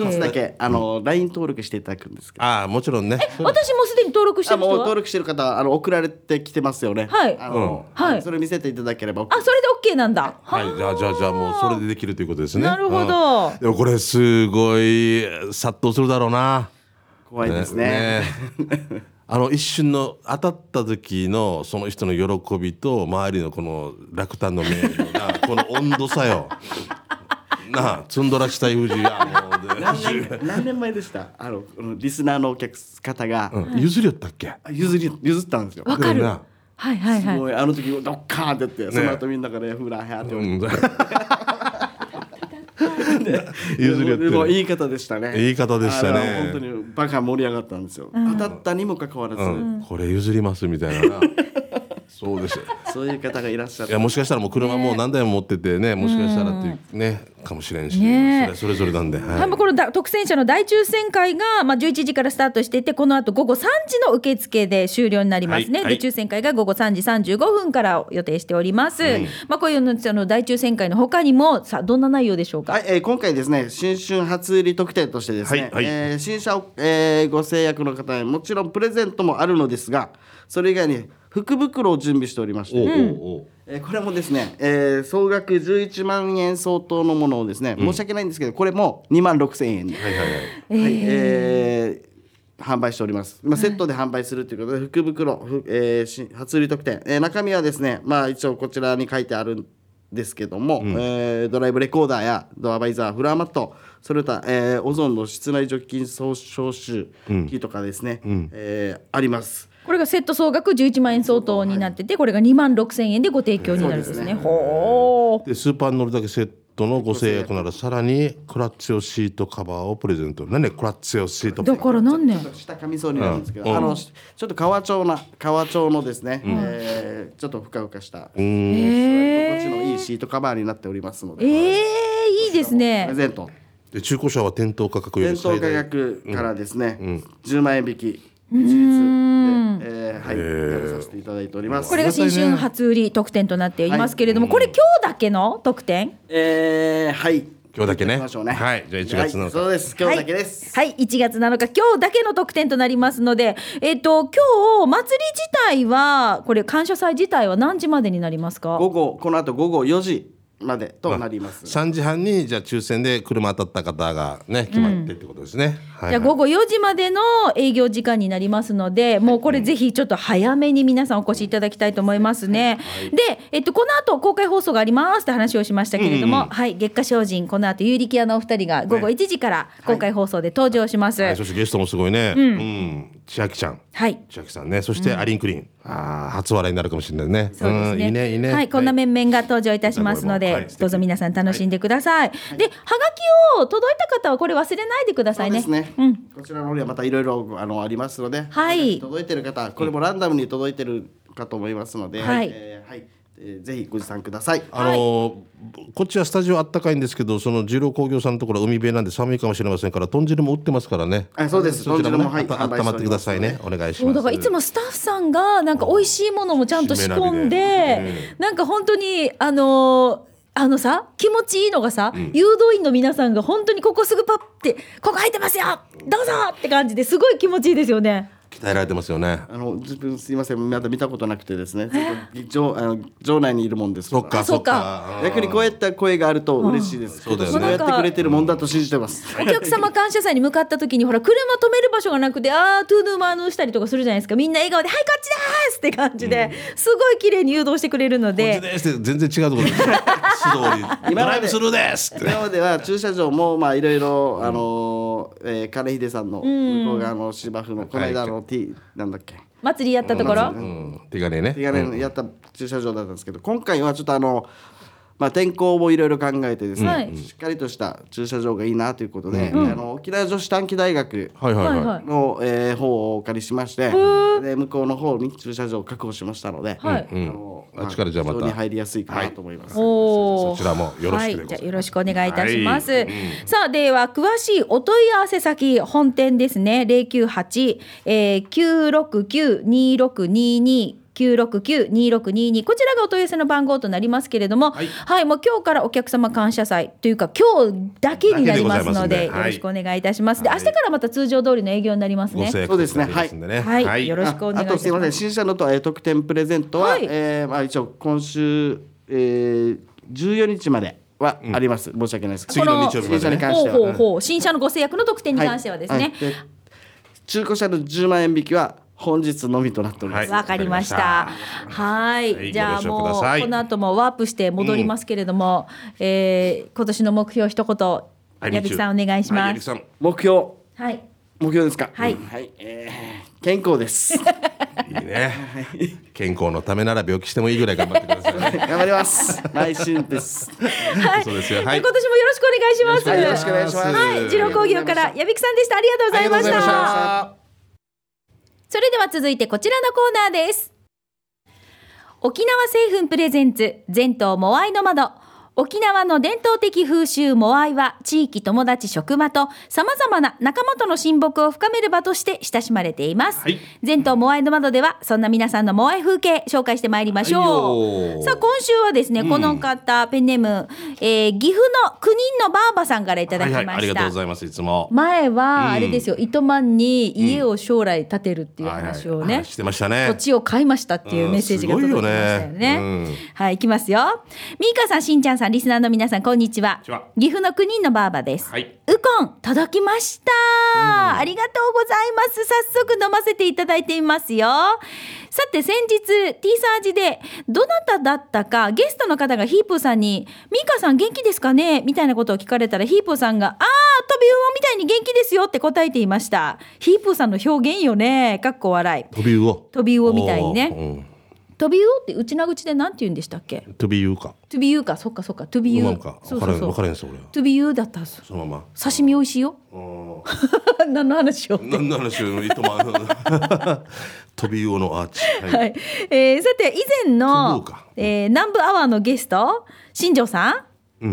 [SPEAKER 3] 私だけあの LINE 登録していただくんですけど
[SPEAKER 2] ああ、もちろんね。
[SPEAKER 1] 私もすでに登録して
[SPEAKER 3] あ
[SPEAKER 1] る人
[SPEAKER 3] もう登
[SPEAKER 1] は
[SPEAKER 3] 録してる方あの送られてきてますよね
[SPEAKER 1] はい
[SPEAKER 3] あの、
[SPEAKER 1] うんはい
[SPEAKER 3] それ見せていただければ
[SPEAKER 1] あそれで OK なんだ
[SPEAKER 2] はい、じゃあ、じゃあ、じゃあ、もうそれでできるということですね。
[SPEAKER 1] なるほど
[SPEAKER 2] うんでもこれ、すごい、殺到するだろうな。
[SPEAKER 3] 怖いですね <laughs>
[SPEAKER 2] ねあの一瞬の当たった時のその人の喜びと周りのこの落胆の名誉なこの温度差よなあツンドラしたい富士がもう
[SPEAKER 3] 何年何年前でしたあのこのリスナーのお客方が、
[SPEAKER 2] で、うん、譲りよったっけ
[SPEAKER 3] あ譲り譲ったんですよ
[SPEAKER 1] わか
[SPEAKER 2] で
[SPEAKER 1] る
[SPEAKER 2] もな
[SPEAKER 1] はいはいはい
[SPEAKER 3] すごいあの時ドッカーンってやって、その後みんなからヤフーラーヘアって呼ん
[SPEAKER 2] う
[SPEAKER 3] で、
[SPEAKER 2] ん譲り
[SPEAKER 3] でも
[SPEAKER 2] よって
[SPEAKER 3] いい方でしたね
[SPEAKER 2] いい方でしたね
[SPEAKER 3] あの本当にバカ盛り上がったんですよ、当たったにもかかわらず、
[SPEAKER 2] る、うん、これ譲りますみたいななそうです
[SPEAKER 3] そういう方がいらっしゃ
[SPEAKER 2] い
[SPEAKER 3] る
[SPEAKER 2] やもしかしたらもう車もう何台も持っててねもしかしたらっていうねかもしれんし、
[SPEAKER 1] ねえ
[SPEAKER 2] それそれぞれなんで、はい
[SPEAKER 1] はい、このだ特選者の大抽選会が、まあ、11時からスタートしていてこの後午後3時の受付で終了になりますね、
[SPEAKER 2] はいはい
[SPEAKER 1] で抽選会が午後3時35分から予定しております、まあ、こういうのその大抽選会の他にもさあどんな内容でしょうか、
[SPEAKER 3] はい、えー今回ですね新春初売り特典としてですね、
[SPEAKER 2] はいはい
[SPEAKER 3] えー新車を、えーご制約の方へもちろんプレゼントもあるのですがそれ以外に福袋を準備しておりまして
[SPEAKER 2] おうおうおう
[SPEAKER 3] えーこれもですね、えー総額11万円相当のものをですね、申し訳ないんですけどこれも2万6千円に、はいえー販売しております、まあ、セットで販売するということで、福袋、ふえーし初売り特典、えー中身はですね、まあ、一応こちらに書いてあるんですけども、えードライブレコーダーやドアバイザーフラーマットそれ他、えーオゾンの室内除菌消臭機とかですね、えーあります。
[SPEAKER 1] これがセット総額11万円相当になっててこれが2万6千円でご提供になるんですね,、ほう
[SPEAKER 2] でスーパーに乗るだけセットのご制約ならさらにクラッツヨシートカバーをプレゼント何ねクラッツヨシート
[SPEAKER 1] だから何年
[SPEAKER 3] 下カミソリなんですけど、
[SPEAKER 2] うん
[SPEAKER 3] あのしちょっと革調な革調のですね、えーちょっとふかふかした、え
[SPEAKER 1] え
[SPEAKER 3] 心地の
[SPEAKER 1] ー、
[SPEAKER 3] いいシートカバーになっておりますの
[SPEAKER 1] え
[SPEAKER 3] で、
[SPEAKER 1] ー、いいです
[SPEAKER 3] プレ
[SPEAKER 1] ね
[SPEAKER 3] ゼント
[SPEAKER 2] で中古車は店頭価格よ
[SPEAKER 3] 店
[SPEAKER 2] り最
[SPEAKER 3] 頭価
[SPEAKER 2] 大
[SPEAKER 3] 格からですね、10万円引き一律で、えーはい、食べさせていただいております
[SPEAKER 1] これが新春初売り特典となっていますけれども、これ今日だけの特典
[SPEAKER 3] えーはい
[SPEAKER 2] 今日だけね
[SPEAKER 3] 行きましょうね
[SPEAKER 2] はいじゃあ1月7日
[SPEAKER 3] はいそうです今日だけです、
[SPEAKER 1] はい、はい、1月7日今日だけの特典となりますので、えっと今日祭り自体はこれ感謝祭自体は何時までになりますか？
[SPEAKER 3] 午後この後午後4時までとなります
[SPEAKER 2] 3時半にじゃあ抽選で車当たった方がね決まってってことですね、はい
[SPEAKER 1] じゃあ午後4時までの営業時間になりますので、もうこれぜひちょっと早めに皆さんお越しいただきたいと思いますね。で、えっとこの後公開放送がありますって話をしましたけれども、はい、月下精進この後有力屋のお二人が午後1時から公開放送で登場します。
[SPEAKER 2] はいそしてゲストもすごいねうん、千秋ちゃん
[SPEAKER 1] はい。
[SPEAKER 2] 千秋さんねそしてアリンクリン、ああ初笑いになるかもしれないね
[SPEAKER 1] そうですね。
[SPEAKER 2] ん、いいねいいね
[SPEAKER 1] はい、こんな面々が登場いたしますので、
[SPEAKER 2] はい
[SPEAKER 1] どうぞ皆さん楽しんでください。で、はがきを届いた方はこれ忘れないでくださいね。
[SPEAKER 3] そうですね。
[SPEAKER 1] うん。
[SPEAKER 3] こちらの方にはまたいろいろあのありますので、
[SPEAKER 1] はい
[SPEAKER 3] 届いてる方、これもランダムに届いてるかと思いますので、
[SPEAKER 1] はい
[SPEAKER 3] えーはい、えーぜひご持参ください。
[SPEAKER 2] あのーこっちはスタジオあったかいんですけどその十郎工業さんのところは海辺なんで寒いかもしれませんから豚汁も売ってますからね
[SPEAKER 3] あそうです
[SPEAKER 2] そちらもね
[SPEAKER 3] 豚汁もはい
[SPEAKER 2] あた温まってくださいねお願いし
[SPEAKER 1] そ
[SPEAKER 2] ま
[SPEAKER 1] う
[SPEAKER 2] す
[SPEAKER 1] だからいつもスタッフさんがなんか美味しいものもちゃんと仕込んで、
[SPEAKER 2] 締め
[SPEAKER 1] なんか本当にあのーあのさ気持ちいいのがさ、誘導員の皆さん
[SPEAKER 2] <laughs>
[SPEAKER 1] が本当にここすぐパッて「ここ入ってますよどうぞ!」って感じですごい気持ちいいですよね。
[SPEAKER 2] 鍛えられてますよね。
[SPEAKER 3] あの自分すいませんまだ見たことなくてですね。ちょっと場あの場内にいるもんです
[SPEAKER 2] そっか
[SPEAKER 1] あそ
[SPEAKER 2] そ
[SPEAKER 1] っ
[SPEAKER 2] っ
[SPEAKER 1] か
[SPEAKER 2] か。
[SPEAKER 3] 逆にこうやった声があると嬉しいです。
[SPEAKER 2] うんそうだよね
[SPEAKER 3] 今年もやってくれてるもんだと信じてます。
[SPEAKER 1] お客様感謝祭に向かった時にほら車止める場所がなくてあートゥーヌーマーヌーしたりとかするじゃないですかみんな笑顔で「はいこっちです!」って感じで、すごい綺麗に誘導してくれるの
[SPEAKER 2] こっち
[SPEAKER 1] で
[SPEAKER 2] ですって全然違うと
[SPEAKER 3] <laughs>
[SPEAKER 2] ころで素通りドライブスルーですって
[SPEAKER 3] 今までは駐車場もまあいろいろあのーえー金秀さんの向こう側の芝生のこの間の T なんだっけ
[SPEAKER 1] 祭りやったところ、
[SPEAKER 2] うん手がねね
[SPEAKER 3] 手軽にやった駐車場だったんですけど今回はちょっとあのまあ天候もいろいろ考えてですね、
[SPEAKER 1] はい
[SPEAKER 3] しっかりとした駐車場がいいなということで、あの沖縄女子短期大学
[SPEAKER 2] はいはい
[SPEAKER 1] はいは
[SPEAKER 2] はい
[SPEAKER 3] の、えー方をお借りしまして、で向こうの方に駐車場を確保しましたので、
[SPEAKER 1] はい
[SPEAKER 3] あの
[SPEAKER 2] あっちからじゃあまた
[SPEAKER 3] 非常に入りやすいかなと思います。
[SPEAKER 1] おー
[SPEAKER 2] そちらもよろしくでございます
[SPEAKER 1] はい、じゃあよろしくお願いいたします。さあでは詳しいお問い合わせ先本店ですね。零九八九六九二六二二九六九二六二二こちらがお問い合わせの番号となりますけれども、はい、もう今日からお客様感謝祭というか今日だけになりますので
[SPEAKER 2] だけでございますんで
[SPEAKER 1] よろしくお願いいたします。で明日からまた通常通りの営業になります
[SPEAKER 2] ご
[SPEAKER 1] ね。
[SPEAKER 2] 成功
[SPEAKER 3] そうですね
[SPEAKER 2] いただきますんでね
[SPEAKER 1] はい、
[SPEAKER 2] はい
[SPEAKER 1] よろしくお願いい
[SPEAKER 3] あ
[SPEAKER 1] た
[SPEAKER 3] とす
[SPEAKER 1] し
[SPEAKER 3] いま
[SPEAKER 1] ま
[SPEAKER 3] せん
[SPEAKER 1] す。
[SPEAKER 3] 新車のと、えー特典プレゼントは、
[SPEAKER 1] はい
[SPEAKER 3] えーまあ、一応今週、えー、14日まではあります、申し訳ないですけ
[SPEAKER 2] 次
[SPEAKER 3] ど
[SPEAKER 2] の日曜日ま
[SPEAKER 3] 新車
[SPEAKER 2] で
[SPEAKER 3] に
[SPEAKER 2] ね
[SPEAKER 3] 関しては
[SPEAKER 1] ほうほうほう新車のご制約の特典に関してはですね。
[SPEAKER 3] いいで中古車の10万円引きは本日のみとなっております、
[SPEAKER 2] はい
[SPEAKER 1] わかりました。はい、
[SPEAKER 2] はい
[SPEAKER 1] じゃあ
[SPEAKER 2] ご了
[SPEAKER 1] もう
[SPEAKER 2] 承ください
[SPEAKER 1] この後もワープして戻りますけれども、えー今年の目標一
[SPEAKER 2] は
[SPEAKER 1] 言
[SPEAKER 2] い
[SPEAKER 1] 矢吹さんお願いし
[SPEAKER 2] はい
[SPEAKER 1] ま
[SPEAKER 2] 矢吹
[SPEAKER 1] す。
[SPEAKER 2] さん
[SPEAKER 3] 目標
[SPEAKER 1] はい、
[SPEAKER 3] 目標ですか
[SPEAKER 1] はい
[SPEAKER 3] うんはいえー健康です
[SPEAKER 2] い
[SPEAKER 3] <laughs>
[SPEAKER 2] いね健康のためなら病気してもいいぐらい頑張ってくださいね
[SPEAKER 3] 頑張
[SPEAKER 2] <laughs>
[SPEAKER 3] ります内心です
[SPEAKER 2] そうですよ
[SPEAKER 1] は、
[SPEAKER 2] はいい
[SPEAKER 1] 今年もよろしくお願いします。
[SPEAKER 3] はいよろしくお願いします
[SPEAKER 1] はい、次郎工業から矢吹さんでした。ありがとうございまし。
[SPEAKER 3] ありがとうございました
[SPEAKER 1] それでは続いてこちらのコーナーです沖縄製粉プレゼンツ全島モアイの窓沖縄の伝統的風習モアイは地域友達職場と様々な仲間との親睦を深める場として親しまれています、
[SPEAKER 2] はい
[SPEAKER 1] 全島モアイの窓ではそんな皆さんのモアイ風景紹介してまいりまし
[SPEAKER 2] はい
[SPEAKER 1] ょう
[SPEAKER 2] よ
[SPEAKER 1] さあ今週はですね、この方ペンネーム、えー岐阜の9人のばあばさんからいただきま
[SPEAKER 2] は
[SPEAKER 1] し
[SPEAKER 2] い
[SPEAKER 1] た、
[SPEAKER 2] はいありがとうございますいつも
[SPEAKER 1] 前はあれですよ、糸満に家を将来建てるっていう話をね、
[SPEAKER 2] はいはいしてましたね
[SPEAKER 1] 土地を買いましたっていうメッセージが届きましたよね。
[SPEAKER 2] うんすごいよねうん
[SPEAKER 1] はい、いきますよ。ミーカさん、しんちゃんさん、リスナーの皆さん、こんにちは。
[SPEAKER 2] こんにちは
[SPEAKER 1] 岐阜の国のばあばです。
[SPEAKER 2] はい
[SPEAKER 1] ウコン届きました、ありがとうございます早速飲ませていただいていますよさて先日 T サージでどなただったかゲストの方がヒープーさんに「ミカさん元気ですかね?」みたいなことを聞かれたらヒープーさんが「あー飛び魚みたいに元気ですよ」って答えていましたヒープーさんの表現よねかっこ笑い
[SPEAKER 2] 飛び魚
[SPEAKER 1] 飛び魚みたいにね
[SPEAKER 2] ね
[SPEAKER 1] 飛び魚ってうちな口でなんて言うんでしたっけ
[SPEAKER 2] 飛び魚か
[SPEAKER 1] トゥビユーかそっかそっかトゥビ
[SPEAKER 2] う
[SPEAKER 1] ユ
[SPEAKER 2] ま
[SPEAKER 1] ー
[SPEAKER 2] んか
[SPEAKER 1] そう
[SPEAKER 2] 分
[SPEAKER 1] そ
[SPEAKER 2] か
[SPEAKER 1] う
[SPEAKER 2] れん
[SPEAKER 1] そう
[SPEAKER 2] 分
[SPEAKER 1] ト
[SPEAKER 2] かれんっすよ俺
[SPEAKER 1] ゥビユーだったんです
[SPEAKER 2] そのま
[SPEAKER 1] 刺身美味しいよ
[SPEAKER 2] まうん
[SPEAKER 1] <laughs> 何の話を
[SPEAKER 2] 何の話
[SPEAKER 1] <laughs>
[SPEAKER 2] を糸満の飛び魚のアーチはい
[SPEAKER 1] はい、えーさて以前の
[SPEAKER 2] 飛ぶか、
[SPEAKER 1] えー南部アワーのゲスト新庄さん、
[SPEAKER 2] うん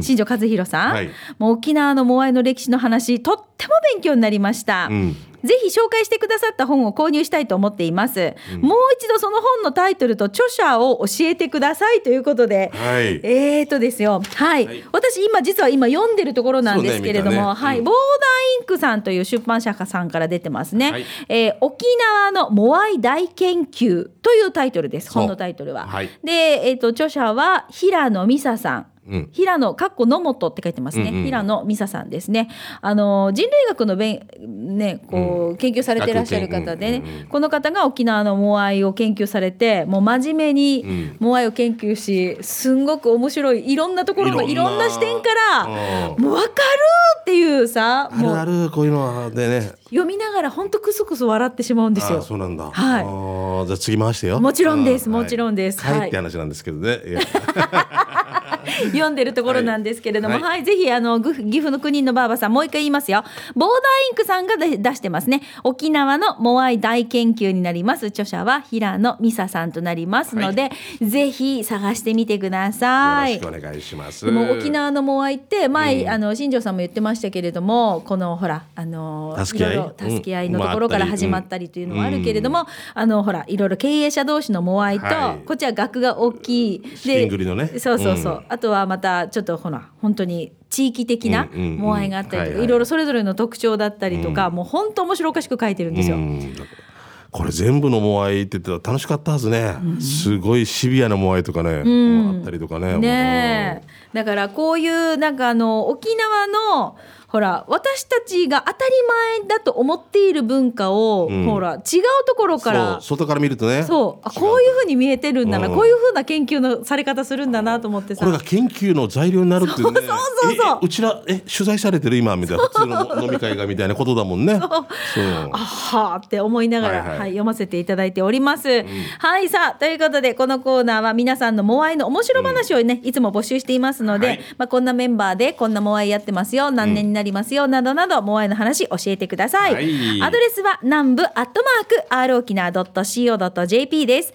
[SPEAKER 1] 新庄和弘さん、
[SPEAKER 2] はい
[SPEAKER 1] もう沖縄のモアイの歴史の話とっても勉強になりました、
[SPEAKER 2] うん
[SPEAKER 1] ぜひ紹介してくださった本を購入したいと思っています、もう一度その本のタイトルと著者を教えてくださいということで、
[SPEAKER 2] はい
[SPEAKER 1] えーとですよはい、
[SPEAKER 2] はい
[SPEAKER 1] 私今実は今読んでるところなんですけれども、
[SPEAKER 2] そうね見たね
[SPEAKER 1] はい、
[SPEAKER 2] うん
[SPEAKER 1] ボーダーインクさんという出版社さんから出てますね、
[SPEAKER 2] はい
[SPEAKER 1] えー沖縄のモアイ大研究というタイトルです
[SPEAKER 2] そう
[SPEAKER 1] 本のタイトルは、
[SPEAKER 2] はい
[SPEAKER 1] で、えー、と著者は平野美沙さん
[SPEAKER 2] うん
[SPEAKER 1] 平野かっこ野本って書いてますね、
[SPEAKER 2] うんうん
[SPEAKER 1] 平野美沙さんですねあの人類学のべん、ね、こう研究されてらっしゃる方で、ね
[SPEAKER 2] うんうん
[SPEAKER 1] この方が沖縄のモアイを研究されてもう真面目にモアイを研究しすんごく面白いいろんなところのい
[SPEAKER 2] い
[SPEAKER 1] ろ
[SPEAKER 2] ろ
[SPEAKER 1] ん
[SPEAKER 2] んな
[SPEAKER 1] な視点から
[SPEAKER 2] うん
[SPEAKER 1] もう分かるっていうさ
[SPEAKER 2] あ
[SPEAKER 1] も
[SPEAKER 2] る
[SPEAKER 1] う
[SPEAKER 2] あるこういうのでね
[SPEAKER 1] 読みながらほんとクスクス笑ってしまうんです
[SPEAKER 2] あ
[SPEAKER 1] よ。
[SPEAKER 2] そうなん
[SPEAKER 1] は
[SPEAKER 2] だ
[SPEAKER 1] い
[SPEAKER 2] あーじゃあ次回してよ
[SPEAKER 1] もちろんです
[SPEAKER 2] う
[SPEAKER 1] もちろんです
[SPEAKER 2] はい
[SPEAKER 1] は
[SPEAKER 2] はいいって話なんですけどねいや
[SPEAKER 1] 読んでるところなんですけれども、は、
[SPEAKER 2] はいい
[SPEAKER 1] ぜひあのぐ岐阜の国のばあばさんもう一回言いますよ。ボーダーインクさんが出出してますね。沖縄のモアイ大研究になります。著者は平野美沙さんとなりますので、ぜひ探してみてください
[SPEAKER 2] よ。ろしくお願いします
[SPEAKER 1] でも沖縄のモアイって前、あの新庄さんも言ってましたけれどもこのほらあの
[SPEAKER 2] 助け合い
[SPEAKER 1] ろろ
[SPEAKER 2] うん
[SPEAKER 1] 助け合いのところから
[SPEAKER 2] まああったり
[SPEAKER 1] 始まったりというのもあるけれども、あのほらいろいろ経営者同士のモアイと、
[SPEAKER 2] はい
[SPEAKER 1] こっちは額が大きい
[SPEAKER 2] 資金繰りのね
[SPEAKER 1] そうそうそう、
[SPEAKER 2] うん
[SPEAKER 1] あとはまたちょっとほら本当に地域的な
[SPEAKER 2] うんうんうん
[SPEAKER 1] モアイがあったりとか、
[SPEAKER 2] はいはい
[SPEAKER 1] いろいろそれぞれの特徴だったりとか、もう本当面白おかしく書いてるんですよ。
[SPEAKER 2] うんこれ全部のモアイって言ってたら楽しかったはずね、すごいシビアなモアイとかね、
[SPEAKER 1] ん
[SPEAKER 2] あったりとかね
[SPEAKER 1] ねえだからこういうなんかあの沖縄のほら私たちが当たり前だと思っている文化を、
[SPEAKER 2] ん
[SPEAKER 1] ほら違うところ
[SPEAKER 2] う
[SPEAKER 1] か
[SPEAKER 2] んそ
[SPEAKER 1] ら
[SPEAKER 2] う外から見るとね
[SPEAKER 1] そうあこういうふうに見えてるんだな、
[SPEAKER 2] うん
[SPEAKER 1] こういうふうな研究のされ方するんだなと思ってさ
[SPEAKER 2] これが研究の材料になるっていうね
[SPEAKER 1] そうそうそうそう
[SPEAKER 2] ええうちらえ取材されてる今みたいな普通の飲み会がみたいなことだもんねそう
[SPEAKER 1] あはあって思いながら、は
[SPEAKER 2] は
[SPEAKER 1] いい
[SPEAKER 2] はい
[SPEAKER 1] 読ませていただいております。はいさあということでこのコーナーは皆さんのモアイの面白話をね、いつも募集していますので、
[SPEAKER 2] はい
[SPEAKER 1] まあ、こんなメンバーでこんなモアイやってますよ何年になりますよ、などなどモアイの話教えてください。
[SPEAKER 2] はい
[SPEAKER 1] アドレスは南部アットマーク r 沖縄 .co.jp です。採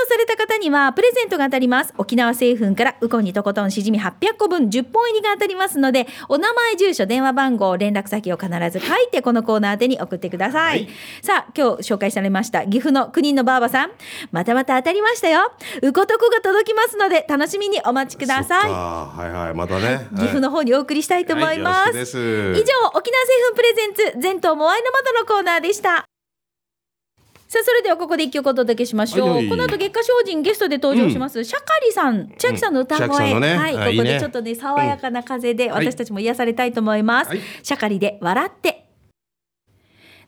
[SPEAKER 1] 用された方にはプレゼントが当たります。沖縄製粉からウコンにとことんしじみ800個分10本入りが当たりますので、お名前、住所、電話番号、連絡先を必ず書いてこのコーナー宛てに送ってください。さあ、今日紹介されました岐阜の国のばあばさん、またまた当たりましたよ。ウコトコが届きますので、楽しみにお待ちくださ
[SPEAKER 2] そっ
[SPEAKER 1] い
[SPEAKER 2] か。はいはいまたね
[SPEAKER 1] 岐阜の方にお送りしたいと思いま
[SPEAKER 2] は
[SPEAKER 1] す。
[SPEAKER 2] いよろしく
[SPEAKER 1] 以上
[SPEAKER 2] です
[SPEAKER 1] 沖縄製粉プレゼンツ全島モアイの窓のコーナーでしたさあそれではここで一曲お届けしましょう、
[SPEAKER 2] はいはい
[SPEAKER 1] この後月下精進ゲストで登場します、シャカリさん千秋さんの歌
[SPEAKER 2] うんシャカ
[SPEAKER 1] 声、
[SPEAKER 2] リさんのね
[SPEAKER 1] はい
[SPEAKER 2] あいい
[SPEAKER 1] ここ
[SPEAKER 2] ね
[SPEAKER 1] でちょっとね爽やかな風で
[SPEAKER 2] い
[SPEAKER 1] 私たちも癒されたいと思います、
[SPEAKER 2] はい
[SPEAKER 1] シャカリで笑って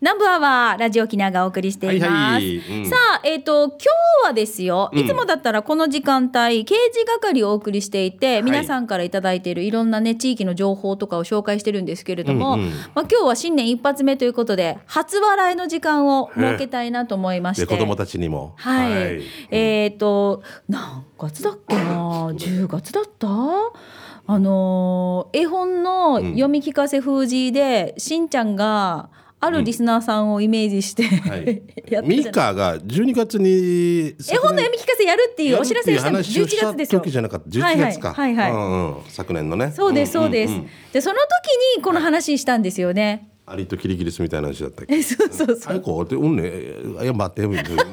[SPEAKER 1] 南部アワーラジオ沖縄がお送りしています、
[SPEAKER 2] はいはいうん
[SPEAKER 1] さあえっ、と今日はですよ、いつもだったらこの時間帯刑事係をお送りしていて、
[SPEAKER 2] い
[SPEAKER 1] 皆さんからいただいているいろんなね地域の情報とかを紹介してるんですけれども、
[SPEAKER 2] うんうん
[SPEAKER 1] まあ今日は新年一発目ということで初笑いの時間を設けたいなと思いまして、
[SPEAKER 2] 子供たちにも
[SPEAKER 1] はい、えっ、と何月だっけな10月だったあのー絵本の読み聞かせ封じで、しんちゃんがあるリスナーさんをイメージして、
[SPEAKER 2] はい
[SPEAKER 1] <laughs> やって
[SPEAKER 2] ミ
[SPEAKER 1] じゃない
[SPEAKER 2] カが12月に
[SPEAKER 1] 絵本の読
[SPEAKER 2] み
[SPEAKER 1] み聞かせやるっていうお知らせをしたの11月ですよ
[SPEAKER 2] 時。じゃなかった11月か
[SPEAKER 1] はいはいはいは
[SPEAKER 2] うんうん昨年のね
[SPEAKER 1] そうですそうです。
[SPEAKER 2] んんん
[SPEAKER 1] でその時にこの話したんですよね。
[SPEAKER 2] アリとキリギリスみたいな話だったっけ
[SPEAKER 1] えそうそうそう
[SPEAKER 2] 最高でうんねえいや待ってみたいな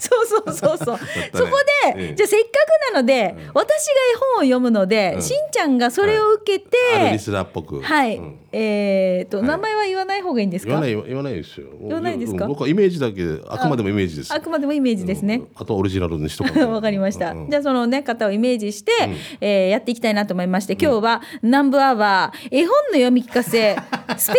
[SPEAKER 1] そうそうそう
[SPEAKER 2] <laughs>
[SPEAKER 1] そう。そこで、
[SPEAKER 2] ええ
[SPEAKER 1] じゃあせっかくなので、私が絵本を読むので、
[SPEAKER 2] うん
[SPEAKER 1] しんちゃんがそれを受けて、
[SPEAKER 2] あ
[SPEAKER 1] は
[SPEAKER 2] るリ
[SPEAKER 1] い、
[SPEAKER 2] スナーっぽくうん
[SPEAKER 1] えっと、
[SPEAKER 2] はい
[SPEAKER 1] 名前は言わない方がいいんです
[SPEAKER 2] 言わ
[SPEAKER 1] か
[SPEAKER 2] な。い言わないですよ言
[SPEAKER 1] わないですか
[SPEAKER 2] 僕はイメージだけあくまでもイメージです
[SPEAKER 1] あくまでもイメージですね。
[SPEAKER 2] うんあとオリジナルにしと
[SPEAKER 1] <laughs>
[SPEAKER 2] か
[SPEAKER 1] わかりました。じ
[SPEAKER 2] ゃ
[SPEAKER 1] ゃあそのね方をイメージして、えーやっていきたいなと思いまして、今日は南部アワー絵本の読み聞
[SPEAKER 2] <laughs>
[SPEAKER 1] かせスペシャルバ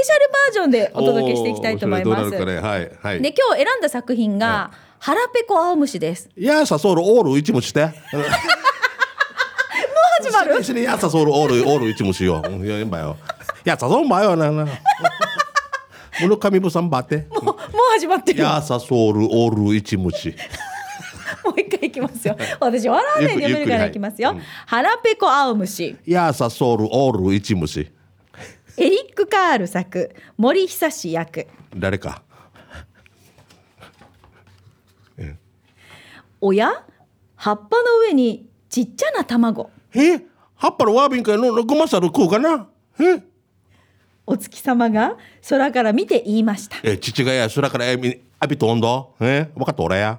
[SPEAKER 1] ージョンでお届けしていきたいと思います。
[SPEAKER 2] どうなるかねはいはい
[SPEAKER 1] で今日選んだ作品が腹ペコ青虫です。
[SPEAKER 2] いやーさそうるオール一もして。もう始まる。いやさそうるオールオール一もしよう。うんいやいいんばよ。いやさそうばよなな。村上部さんばって。
[SPEAKER 1] もうもう始まって
[SPEAKER 2] い
[SPEAKER 1] る。も
[SPEAKER 2] やさそうるオール一もし。
[SPEAKER 1] う一回いきますよ。私笑わないで読めるからいきますよ
[SPEAKER 2] ゆっく。
[SPEAKER 1] 腹ペコ青虫。
[SPEAKER 2] いやさそうるオール一もし。
[SPEAKER 1] エリック・カール作森久志役
[SPEAKER 2] 誰か。
[SPEAKER 1] おや葉っぱの上にちっちゃな卵
[SPEAKER 2] え、葉っぱのワービンかのごまさる食うかな。え、
[SPEAKER 1] お月様が空から見て言いました
[SPEAKER 2] え父がや空からえみあびとんど。え、わかった俺や。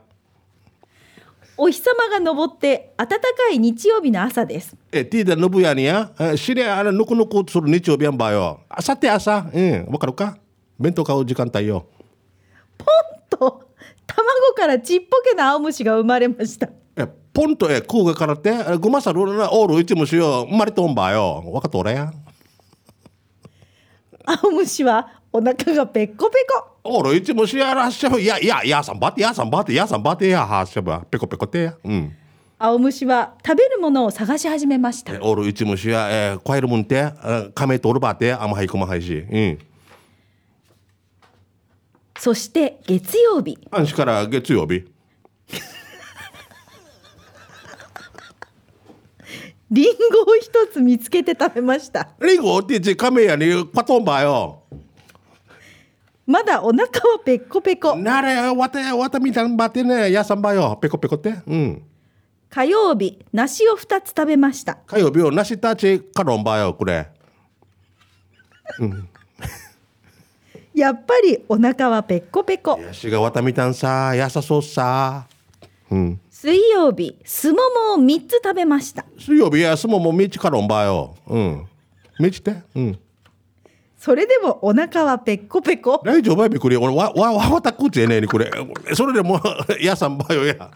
[SPEAKER 1] お日様が昇って暖かい日曜日の朝です
[SPEAKER 2] え、ティーダのぶやにや、え知り合いあれ、ぬくぬくする日曜日やんばよ。あさって朝、うん、わかるか弁当買う時間帯よ。
[SPEAKER 1] ポンと卵からちっぽけな青虫が生まれました
[SPEAKER 2] え、ポンとえ、空がからって、えごまさるな、オール一もしよ、生まれとんばよ。わかっと俺や。
[SPEAKER 1] 青虫はお腹がペッコペコ
[SPEAKER 2] オール一もしやらっしゃぶ、いやいや、いやさんばって、いやさんばって、いやさんばってや、はっしゃぶ、ペコペコてや。うん。
[SPEAKER 1] 青虫は食べるものを探し始めました
[SPEAKER 2] えオール一もしや、え、こえるもんて、え、亀とるばって、あんまはいくまはいし。うん。
[SPEAKER 1] そして月曜日
[SPEAKER 2] あんしから月曜日。
[SPEAKER 1] リンゴを一つ見つけて食べました
[SPEAKER 2] リンゴってち、亀やに、パトンばよ。
[SPEAKER 1] まだお腹はペッコペコ
[SPEAKER 2] なれ、わた、わたみたんばってね、やさんばよ、ペコペコって。うん。
[SPEAKER 1] 火曜日梨を2つ食べました
[SPEAKER 2] 火曜日をなしたち、カロンばよ、これ。
[SPEAKER 1] やっぱりお腹はペッコペコ
[SPEAKER 2] やしがわたみたんさ、やさそうさ。うん。
[SPEAKER 1] 水曜日すももを3つ食べました
[SPEAKER 2] 水曜日やすももみちカロンばよ。うん。みちて。うん。
[SPEAKER 1] それでもお腹はペッコペコ
[SPEAKER 2] 大丈夫やびっくり俺わわわわたくちえねえにこれそれでもうやさんばよ <laughs> や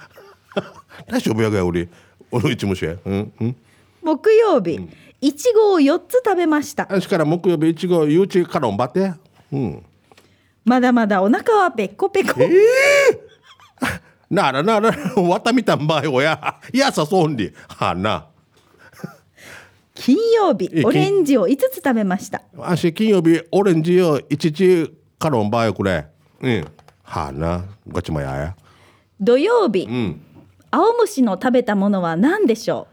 [SPEAKER 2] 大丈夫やがや俺俺の一虫やうんうん
[SPEAKER 1] 木曜日、いちごを4つ食べました
[SPEAKER 2] あしから木曜日いちごゆうちからんばってうん
[SPEAKER 1] まだまだお腹はペッコペコ、
[SPEAKER 2] ならな <laughs> らわたみたんばよややさそんりはな
[SPEAKER 1] 金曜日
[SPEAKER 2] え
[SPEAKER 1] オレンジを5つ食べました
[SPEAKER 2] あし金曜日オレンジよ一時からんばよこれうんはなガチマヤや
[SPEAKER 1] 土曜日、
[SPEAKER 2] うん
[SPEAKER 1] 青虫の食べたものは何でしょ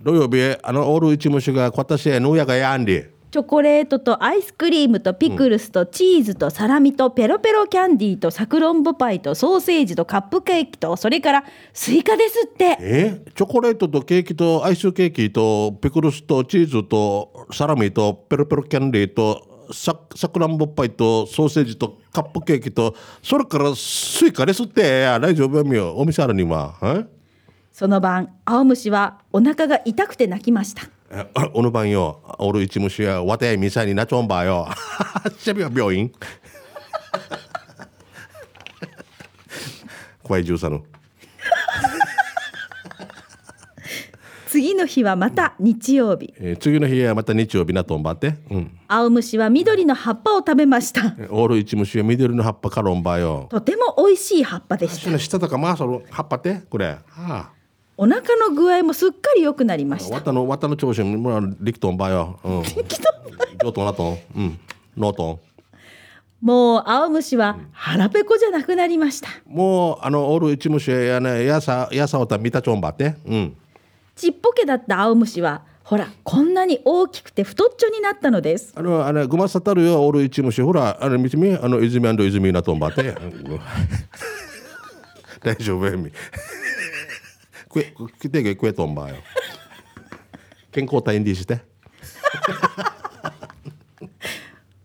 [SPEAKER 2] 土曜日あのオール一虫が私へのやがやんり
[SPEAKER 1] うチョコレートとアイスクリームとピクルスとチーズとサラミとペロペロキャンディーとサクロンボパイとソーセージとカップケーキとそれからスイカですって
[SPEAKER 2] えチョコレートとケーキとアイスケーキとピクルスとチーズとサラミとペロペロキャンディーとササクランボパイとソーセージとカップケーキとそれからスイカですってあ大丈夫やみよお店あるにはえ
[SPEAKER 1] その晩青虫はお腹が痛くて泣きました
[SPEAKER 2] えあおの晩よ俺一虫やわてみさになちょんばよ <laughs> しゃべは病院 <laughs> 怖い13の
[SPEAKER 1] 次の日はまた日曜日
[SPEAKER 2] えー次の日はまた日曜日なとんばってうん
[SPEAKER 1] 青虫は緑の葉っぱを食べました
[SPEAKER 2] えオール一虫は緑の葉っぱかロンバよ
[SPEAKER 1] とても美味しい葉っぱでし
[SPEAKER 2] そ
[SPEAKER 1] た
[SPEAKER 2] の下とかまあその葉っぱってこれ、はあ、
[SPEAKER 1] お腹の具合もすっかり良くなりました
[SPEAKER 2] 綿の綿の調子も力トンばよ、うん、
[SPEAKER 1] きっと
[SPEAKER 2] 上トンラトン、うん、ノートン
[SPEAKER 1] もう青虫は腹ペコじゃなくなりました
[SPEAKER 2] もうあのオール一虫やねやさやさおた見たちょんばってうん
[SPEAKER 1] ちっぽけだった青虫はほらこんなに大きくて太っちょになったのです
[SPEAKER 2] あのあのグマサタルよオール一虫ほらあの見てみあの泉泉なとんばってうん大丈夫やみくえ来てけくえとんばよ健康体にして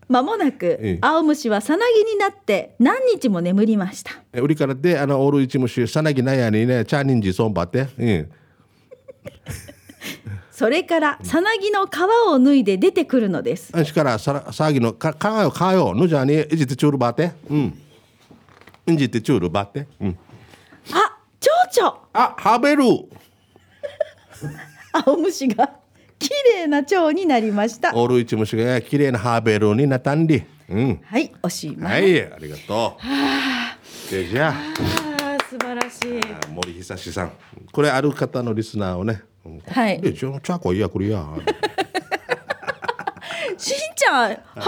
[SPEAKER 1] 間もなく
[SPEAKER 2] え
[SPEAKER 1] 青虫はさなぎになって何日も眠りました
[SPEAKER 2] え売りからであのオール一虫さなぎなやにねチャーニンジソンバってうん
[SPEAKER 1] それからさなぎの皮を脱いで出てくるのです
[SPEAKER 2] あんしからさら騒ぎのかかがよかよのじゃにいじってちゅるばってうんいじってちゅるばってうん
[SPEAKER 1] あ蝶々
[SPEAKER 2] あはべるオ
[SPEAKER 1] 青虫が綺麗な蝶になりました
[SPEAKER 2] ール一虫が綺麗なハーベルになったんでうん
[SPEAKER 1] はいおしまい、
[SPEAKER 2] はいありがとうでじゃ
[SPEAKER 1] あー素晴らしい
[SPEAKER 2] あ森久志さんこれある方のリスナーをねうん
[SPEAKER 1] はい
[SPEAKER 2] でちょちゃこいやこれや
[SPEAKER 1] しんちゃん腹ペコ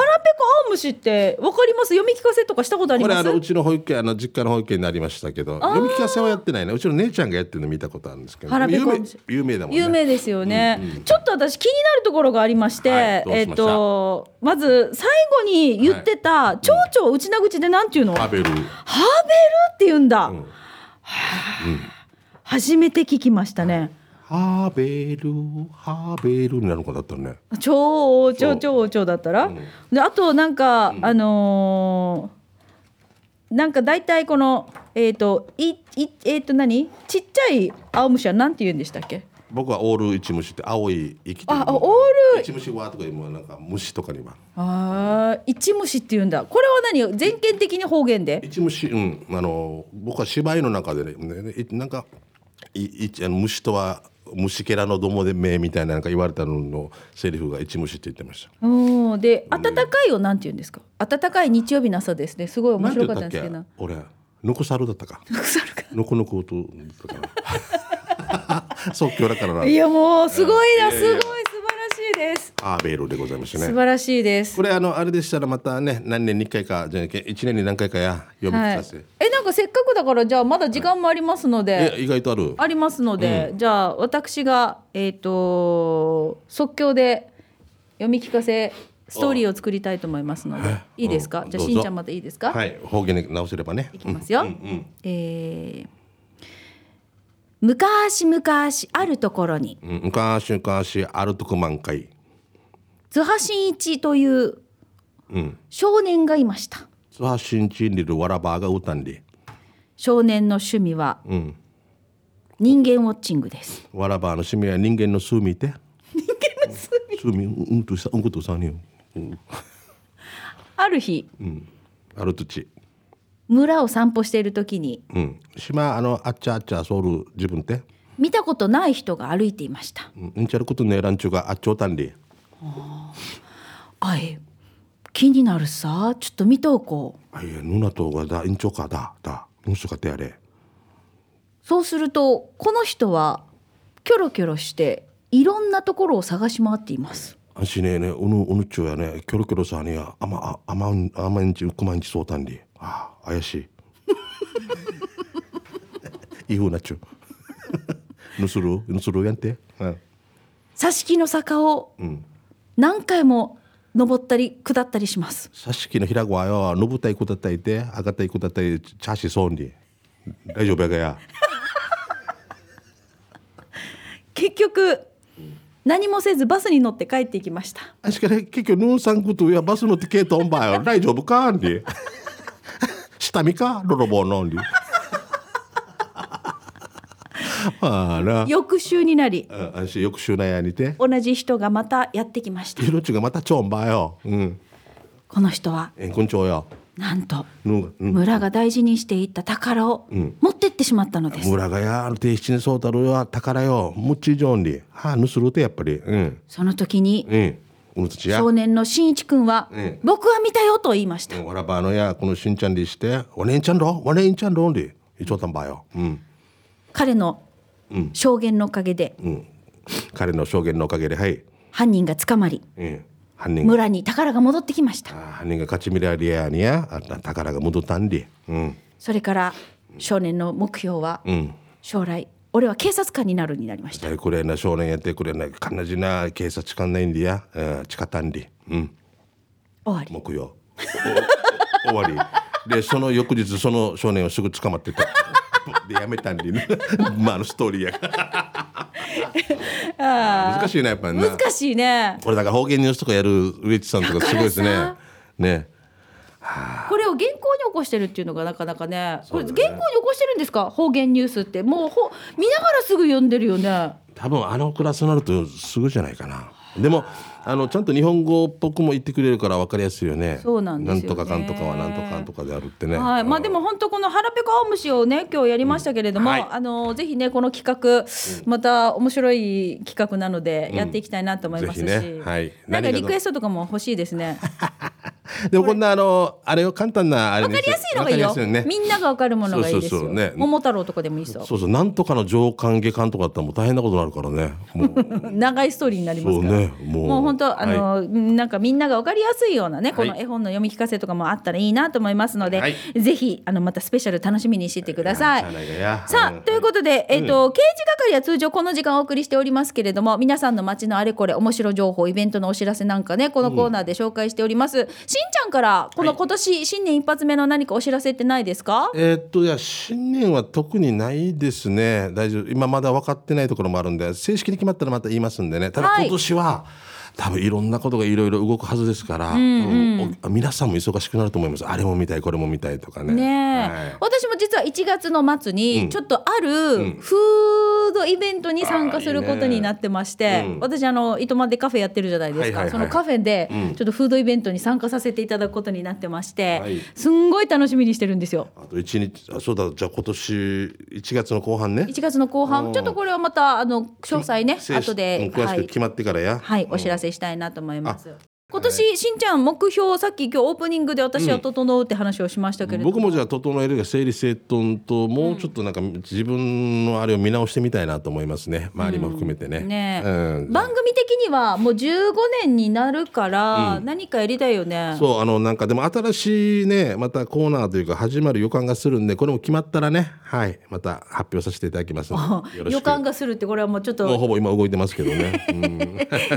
[SPEAKER 1] 青虫ってわかります読み聞かせとかしたことあり
[SPEAKER 2] これ
[SPEAKER 1] ま
[SPEAKER 2] あ
[SPEAKER 1] す
[SPEAKER 2] のうちの保育園あの実家の保育園になりましたけど読み聞かせはやってないねうちの姉ちゃんがやってるの見たことあるんですけど
[SPEAKER 1] 腹ペ
[SPEAKER 2] 有
[SPEAKER 1] コ
[SPEAKER 2] 名有名だもんね
[SPEAKER 1] 有名ですよね、ちょっと私気になるところがありまして、
[SPEAKER 2] はいどうしました
[SPEAKER 1] えっとまず最後に言ってた蝶々を内な口でなんていうの、
[SPEAKER 2] ハーベル
[SPEAKER 1] ハーベルって言うんだ、はあ初めて聞きましたね
[SPEAKER 2] ハーベルハーベルになる子だったね
[SPEAKER 1] 超王超超王超だったら、であとなんか、あのーなんか大体このえっ、といいえっ、と何ちっちゃい青虫はなんて言うんでしたっけ
[SPEAKER 2] 僕はオールイチムシって青い生きてる
[SPEAKER 1] ああオール
[SPEAKER 2] イチムシはとか今なんか虫とかには
[SPEAKER 1] あー一虫って言うんだこれは何全県的に方言で
[SPEAKER 2] イチムシうんあの僕は芝居の中でねねいなんかいいあの虫とは虫けらのどもで目みたいななんか言われたののセリフがイチムシって言ってました
[SPEAKER 1] おーで暖かいをなんて言うんですか暖かい日曜日の朝ですねすごい面白かったん
[SPEAKER 2] なん
[SPEAKER 1] で
[SPEAKER 2] て
[SPEAKER 1] すけ
[SPEAKER 2] 言
[SPEAKER 1] ど
[SPEAKER 2] ったっけ俺ノコサルだったか
[SPEAKER 1] 腐るか
[SPEAKER 2] ノコノコ音だったか
[SPEAKER 1] <laughs>
[SPEAKER 2] な即興だからない
[SPEAKER 1] やもうすごいなす
[SPEAKER 2] い
[SPEAKER 1] ご
[SPEAKER 2] や
[SPEAKER 1] い
[SPEAKER 2] いやいや
[SPEAKER 1] 素晴らしいです
[SPEAKER 2] ハーベルでございましたね
[SPEAKER 1] 素晴らしいです
[SPEAKER 2] これあのあれでしたらまたね何年に1回かじゃなくて1年に何回かや読み
[SPEAKER 1] は
[SPEAKER 2] 聞
[SPEAKER 1] い
[SPEAKER 2] かせ、、
[SPEAKER 1] えなんかせっかくだからじゃあまだ時間もありますので、
[SPEAKER 2] え意外とある
[SPEAKER 1] ありますので、じゃあ私がえっ、と即興で読み聞かせストーリーを作りたいと思いますのでいいですか、
[SPEAKER 2] うん
[SPEAKER 1] じゃあ
[SPEAKER 2] どう
[SPEAKER 1] し
[SPEAKER 2] ぞ
[SPEAKER 1] んちゃんまたいいですか、
[SPEAKER 2] はい方言で直せればね
[SPEAKER 1] いきますよ。えー昔昔あるところに
[SPEAKER 2] うん昔昔あるとこ満開
[SPEAKER 1] 津波真一という
[SPEAKER 2] うん
[SPEAKER 1] 少年がいました。
[SPEAKER 2] 津波新地にいるわらばが歌んで
[SPEAKER 1] 少年の趣味は
[SPEAKER 2] うん
[SPEAKER 1] 人間ウォッチングです。
[SPEAKER 2] わらばの趣味は人間の住みて人間の住みうんうんとさうんことさにようん
[SPEAKER 1] ある日
[SPEAKER 2] うん、ある土
[SPEAKER 1] 村を散歩している時に
[SPEAKER 2] うん島あのあっちゃあっちゃソウル自分って
[SPEAKER 1] 見たことない人が歩いていました
[SPEAKER 2] うんうんちゃることねランチュがあっちょうたんり
[SPEAKER 1] あえ気になるさちょっと見とこう
[SPEAKER 2] あいやぬなとがだいんちょかだだぬすかてやれ
[SPEAKER 1] そうするとこの人はキョロキョロしていろんなところを探し回っています
[SPEAKER 2] あしねえねうぬうぬちょやねキョロキョロさにやあまああまんあまんちうくまんちそうたんりああ怪 <laughs> しいいいふうなちゅ <laughs> ぬするぬするやんてうん
[SPEAKER 1] 挿し木の坂を
[SPEAKER 2] うん
[SPEAKER 1] 何回も登ったり下ったりします
[SPEAKER 2] さしきのひらごはよのぶたいこだったいてあがたいこだったいちゃしそうに大丈夫やがや
[SPEAKER 1] 結局何もせずバスに乗って帰っていきました
[SPEAKER 2] あしかね結局ヌーさんこといやバスのティケットオンバー <laughs> よ大丈夫かんり下見か泥棒のん <laughs> りああな
[SPEAKER 1] 翌週になり
[SPEAKER 2] ああし翌週なんやにて
[SPEAKER 1] 同じ人がまたやってきま
[SPEAKER 2] <laughs>
[SPEAKER 1] した
[SPEAKER 2] ひろちがまたちょんばようん
[SPEAKER 1] この人は
[SPEAKER 2] えんこんちょうよ
[SPEAKER 1] なんと
[SPEAKER 2] ぬーがうん
[SPEAKER 1] 村が大事にしていた宝を持ってってしまったのです、
[SPEAKER 2] 村がやあの定七にそうたるよ宝よむっちじょんりはあぬするてやっぱりうん
[SPEAKER 1] その時に
[SPEAKER 2] うんうぬたちや
[SPEAKER 1] 少年の新一くんは、
[SPEAKER 2] ええ
[SPEAKER 1] 僕は見たよと言いました、
[SPEAKER 2] わらばのやこのしんちゃんりしておねんちゃんろおねんちゃんろんりいちょうたんばようん
[SPEAKER 1] 彼の証言のおかげで
[SPEAKER 2] うん、彼の証言のおかげではい、
[SPEAKER 1] 犯人が捕まり
[SPEAKER 2] うん、犯人が
[SPEAKER 1] 村に宝が戻ってきました
[SPEAKER 2] あー犯人が勝ち未来リアにやあった宝が戻ったんでうん
[SPEAKER 1] それから少年の目標は、
[SPEAKER 2] うん
[SPEAKER 1] 将来俺は警察官になるになりました
[SPEAKER 2] 大くれな少年やってくれなかんなじな警察官ないんでや、うん、誓ったんでうん
[SPEAKER 1] 終わり
[SPEAKER 2] 木曜おお終わりでその翌日その少年をすぐ捕まってた <laughs> でやめたんで、 <laughs> ね、まああのストーリーや
[SPEAKER 1] <laughs>
[SPEAKER 2] から難しいなやっぱりな
[SPEAKER 1] 難しいね
[SPEAKER 2] これだから方言ニュースとかやる植地さんとかすごいです
[SPEAKER 1] だ
[SPEAKER 2] ね
[SPEAKER 1] か
[SPEAKER 2] ね
[SPEAKER 1] これを原稿に起こしてるっていうのがなかなかねこれ原稿に起こしてるんですか方言ニュースってもうほ見ながらすぐ読んでるよね
[SPEAKER 2] 多分あのクラスになるとすぐじゃないかなでもあのちゃんと日本語っぽくも言ってくれるから分かりやすいよね
[SPEAKER 1] そうなんですよね
[SPEAKER 2] なんとかかんとかはなんとかかんとかであるってね
[SPEAKER 1] はい、まあでも本当この腹ペコ青虫をね今日やりましたけれども、
[SPEAKER 2] うんはい
[SPEAKER 1] あのぜひねこの企画、また面白い企画なのでやっていきたいなと思いますし、
[SPEAKER 2] うんぜひねはい
[SPEAKER 1] なんか
[SPEAKER 2] 何がど
[SPEAKER 1] リクエストとかも欲しいです
[SPEAKER 2] <laughs>
[SPEAKER 1] ね。
[SPEAKER 2] でもこんなあのあれを簡単なあれ
[SPEAKER 1] わかりやすいのがいいよ。
[SPEAKER 2] わかりやすいね
[SPEAKER 1] みんながわかるものがいいですよ。
[SPEAKER 2] そうそうそうね
[SPEAKER 1] 桃太郎とかでもいいそう。
[SPEAKER 2] そうそうなんとかの上官下官とかだったらもう大変なことになるからねも
[SPEAKER 1] <laughs>
[SPEAKER 2] う
[SPEAKER 1] <laughs> 長いストーリーになりますから。
[SPEAKER 2] そうねもう
[SPEAKER 1] もう本当あの、なんかみんながわかりやすいようなねこの
[SPEAKER 2] はい
[SPEAKER 1] 絵本の読み聞かせとかもあったらいいなと思いますので、
[SPEAKER 2] はい
[SPEAKER 1] ぜひあのまたスペシャル楽しみにしていてください
[SPEAKER 2] や。やや
[SPEAKER 1] さ
[SPEAKER 2] う
[SPEAKER 1] あ
[SPEAKER 2] ん
[SPEAKER 1] ということで、えっと刑事係は通常この時間お送りしておりますけれども皆さんの街のあれこれ面白情報イベントのお知らせなんかねこのコーナーで紹介しております、しんちゃんからこの今年、新年一発目の何かお知らせってないですか
[SPEAKER 2] えーっといや新年は特にないですね大丈夫今まだ分かってないところもあるんで正式に決まったらまた言いますんでねただ
[SPEAKER 1] はい
[SPEAKER 2] 今年は、多分いろんなことがいろいろ動くはずですから、多分お皆さんも忙しくなると思いますあれも見たいこれも見たいとかね
[SPEAKER 1] ねえ、
[SPEAKER 2] はい
[SPEAKER 1] 私も実は1月の末にちょっとあるフードイベントに参加することになってまして、
[SPEAKER 2] あーいいねうん
[SPEAKER 1] 私あの糸満でカフェやってるじゃないですか、
[SPEAKER 2] はいはいはい
[SPEAKER 1] そのカフェで
[SPEAKER 2] うん
[SPEAKER 1] ちょっとフードイベントに参加させていただくことになってまして、
[SPEAKER 2] はい
[SPEAKER 1] すんごい楽しみにしてるんですよ。
[SPEAKER 2] あと1日あそうだじゃあ今年1月の後半ね
[SPEAKER 1] 1月の後半ちょっとこれはまたあの詳細ね
[SPEAKER 2] 正式
[SPEAKER 1] 後で
[SPEAKER 2] うん詳
[SPEAKER 1] は
[SPEAKER 2] しく
[SPEAKER 1] い、
[SPEAKER 2] 決まってからや、
[SPEAKER 1] はい、お知らせしたいなと思います。今年しんちゃん目標さっき今日オープニングで私は整うって話をしましたけれども、
[SPEAKER 2] 僕もじゃあ整えるが整理整頓ともうちょっとなんか自分のあれを見直してみたいなと思いますね周りも含めてね。
[SPEAKER 1] ねえ
[SPEAKER 2] うん
[SPEAKER 1] 番組的にはもう15年になるから何かやりたいよね、
[SPEAKER 2] そうあのなんかでも新しいねまたコーナーというか始まる予感がするんでこれも決まったらねはいまた発表させていただきますのでよろしく
[SPEAKER 1] 予感がするってこれはもうちょっ
[SPEAKER 2] もう <laughs>
[SPEAKER 1] と
[SPEAKER 2] ほぼ今動いてますけどね、う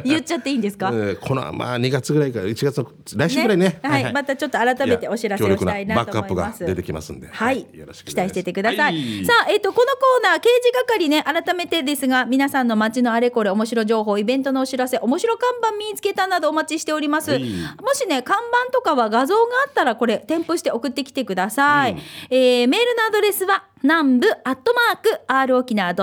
[SPEAKER 2] ん
[SPEAKER 1] 言っちゃっていいんですか、
[SPEAKER 2] えーこのまあ2月ぐらいから1月の来週ぐらいね
[SPEAKER 1] はいまたちょっと改めてお知らせをしたいなと思い
[SPEAKER 2] いや強力なバッ
[SPEAKER 1] ま
[SPEAKER 2] クアッ
[SPEAKER 1] す
[SPEAKER 2] プが出てきますんで
[SPEAKER 1] はい、
[SPEAKER 2] よろしくお
[SPEAKER 1] 期
[SPEAKER 2] 願い
[SPEAKER 1] 待
[SPEAKER 2] ます
[SPEAKER 1] しててください、
[SPEAKER 2] はい
[SPEAKER 1] さあ、えっとこのコーナー刑事係ね改めてですが皆さんの街のあれこれ面白情報イベントのお知らせ面白看板見つけたなどお待ちしております、
[SPEAKER 2] はい
[SPEAKER 1] もしね看板とかは画像があったらこれ添付して送ってきてください、えーメールのアドレスは南部アットマーク r 沖縄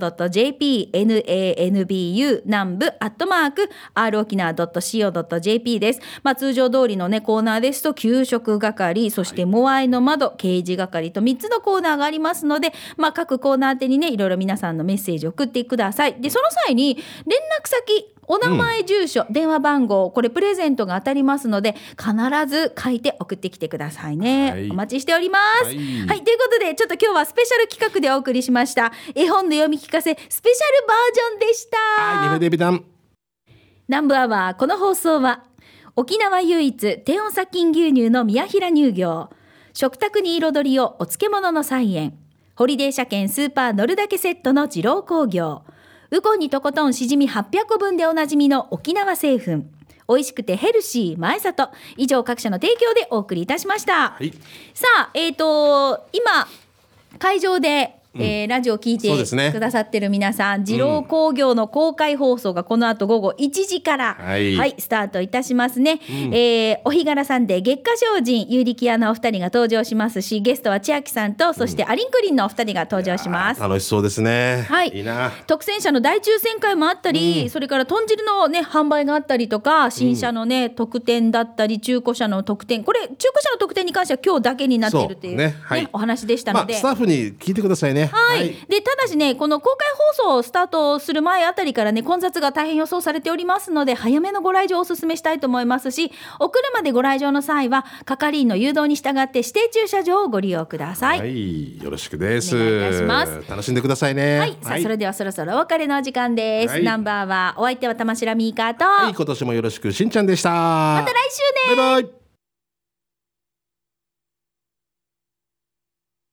[SPEAKER 1] .co.jp nanbu 南部アットマーク r 沖縄 .co.jp です。まあ通常通りのねコーナーですと給食係そしてモアイの窓掲示係と3つのコーナーがありますので、まあ各コーナー宛てにねいろいろ皆さんのメッセージ送ってください。でその際に連絡先お名前、住所、電話番号、これプレゼントが当たりますので、必ず書いて送ってきてくださいね。
[SPEAKER 2] はい
[SPEAKER 1] お待ちしております。は、
[SPEAKER 2] はいい
[SPEAKER 1] ということで、ちょっと今日はスペシャル企画でお送りしました。絵本の読み聞かせ、スペシャルバージョンでした。
[SPEAKER 2] はい、デビデビダン。
[SPEAKER 1] 南部アワーこの放送は沖縄唯一低温殺菌牛乳の宮平乳業食卓に彩りをお漬物の菜園ホリデー車検スーパー乗るだけセットの二郎工業ウコンにとことんしじみ800個分でおなじみの沖縄製粉美味しくてヘルシー前里以上各社の提供でお送りいたしました、
[SPEAKER 2] はい
[SPEAKER 1] さあえっ、と今会場で、えーラジオを聞いて
[SPEAKER 2] そうですね
[SPEAKER 1] くださってる皆さん、二郎工業の公開放送がこの後午後1時から、
[SPEAKER 2] はい
[SPEAKER 1] スタートいたしますね。えーお日柄さんで月下精進、有力屋のお二人が登場しますし、ゲストは千秋さんと、そしてアリンクリンのお二人が登場します。
[SPEAKER 2] 楽しそうですね。
[SPEAKER 1] はい
[SPEAKER 2] いいな。
[SPEAKER 1] 特選車の大抽選会もあったり、それから豚汁のね販売があったりとか新車のね、特典だったり中古車の特典これ中古車の特典に関しては今日だけになってるという
[SPEAKER 2] そうねはい
[SPEAKER 1] お話でした
[SPEAKER 2] ま
[SPEAKER 1] の
[SPEAKER 2] あ、
[SPEAKER 1] で、
[SPEAKER 2] スタッフに聞いてくださいね。
[SPEAKER 1] はい、でただしねこの公開放送をスタートする前あたりからね混雑が大変予想されておりますので早めのご来場をお勧めしたいと思いますしお車でご来場の際は係員の誘導に従って指定駐車場をご利用ください。
[SPEAKER 2] は
[SPEAKER 1] はい
[SPEAKER 2] い、よろしくです。
[SPEAKER 1] お願いいたします
[SPEAKER 2] 楽しんでくださいね。
[SPEAKER 1] さあそれではそろそろお別れのお時間です、
[SPEAKER 2] はい
[SPEAKER 1] ナンバーはお相手は玉城ミーカーと、
[SPEAKER 2] はい、今年もよろしく、しんちゃんでした。
[SPEAKER 1] ま
[SPEAKER 2] ま
[SPEAKER 1] た来週ね
[SPEAKER 2] バイバイ。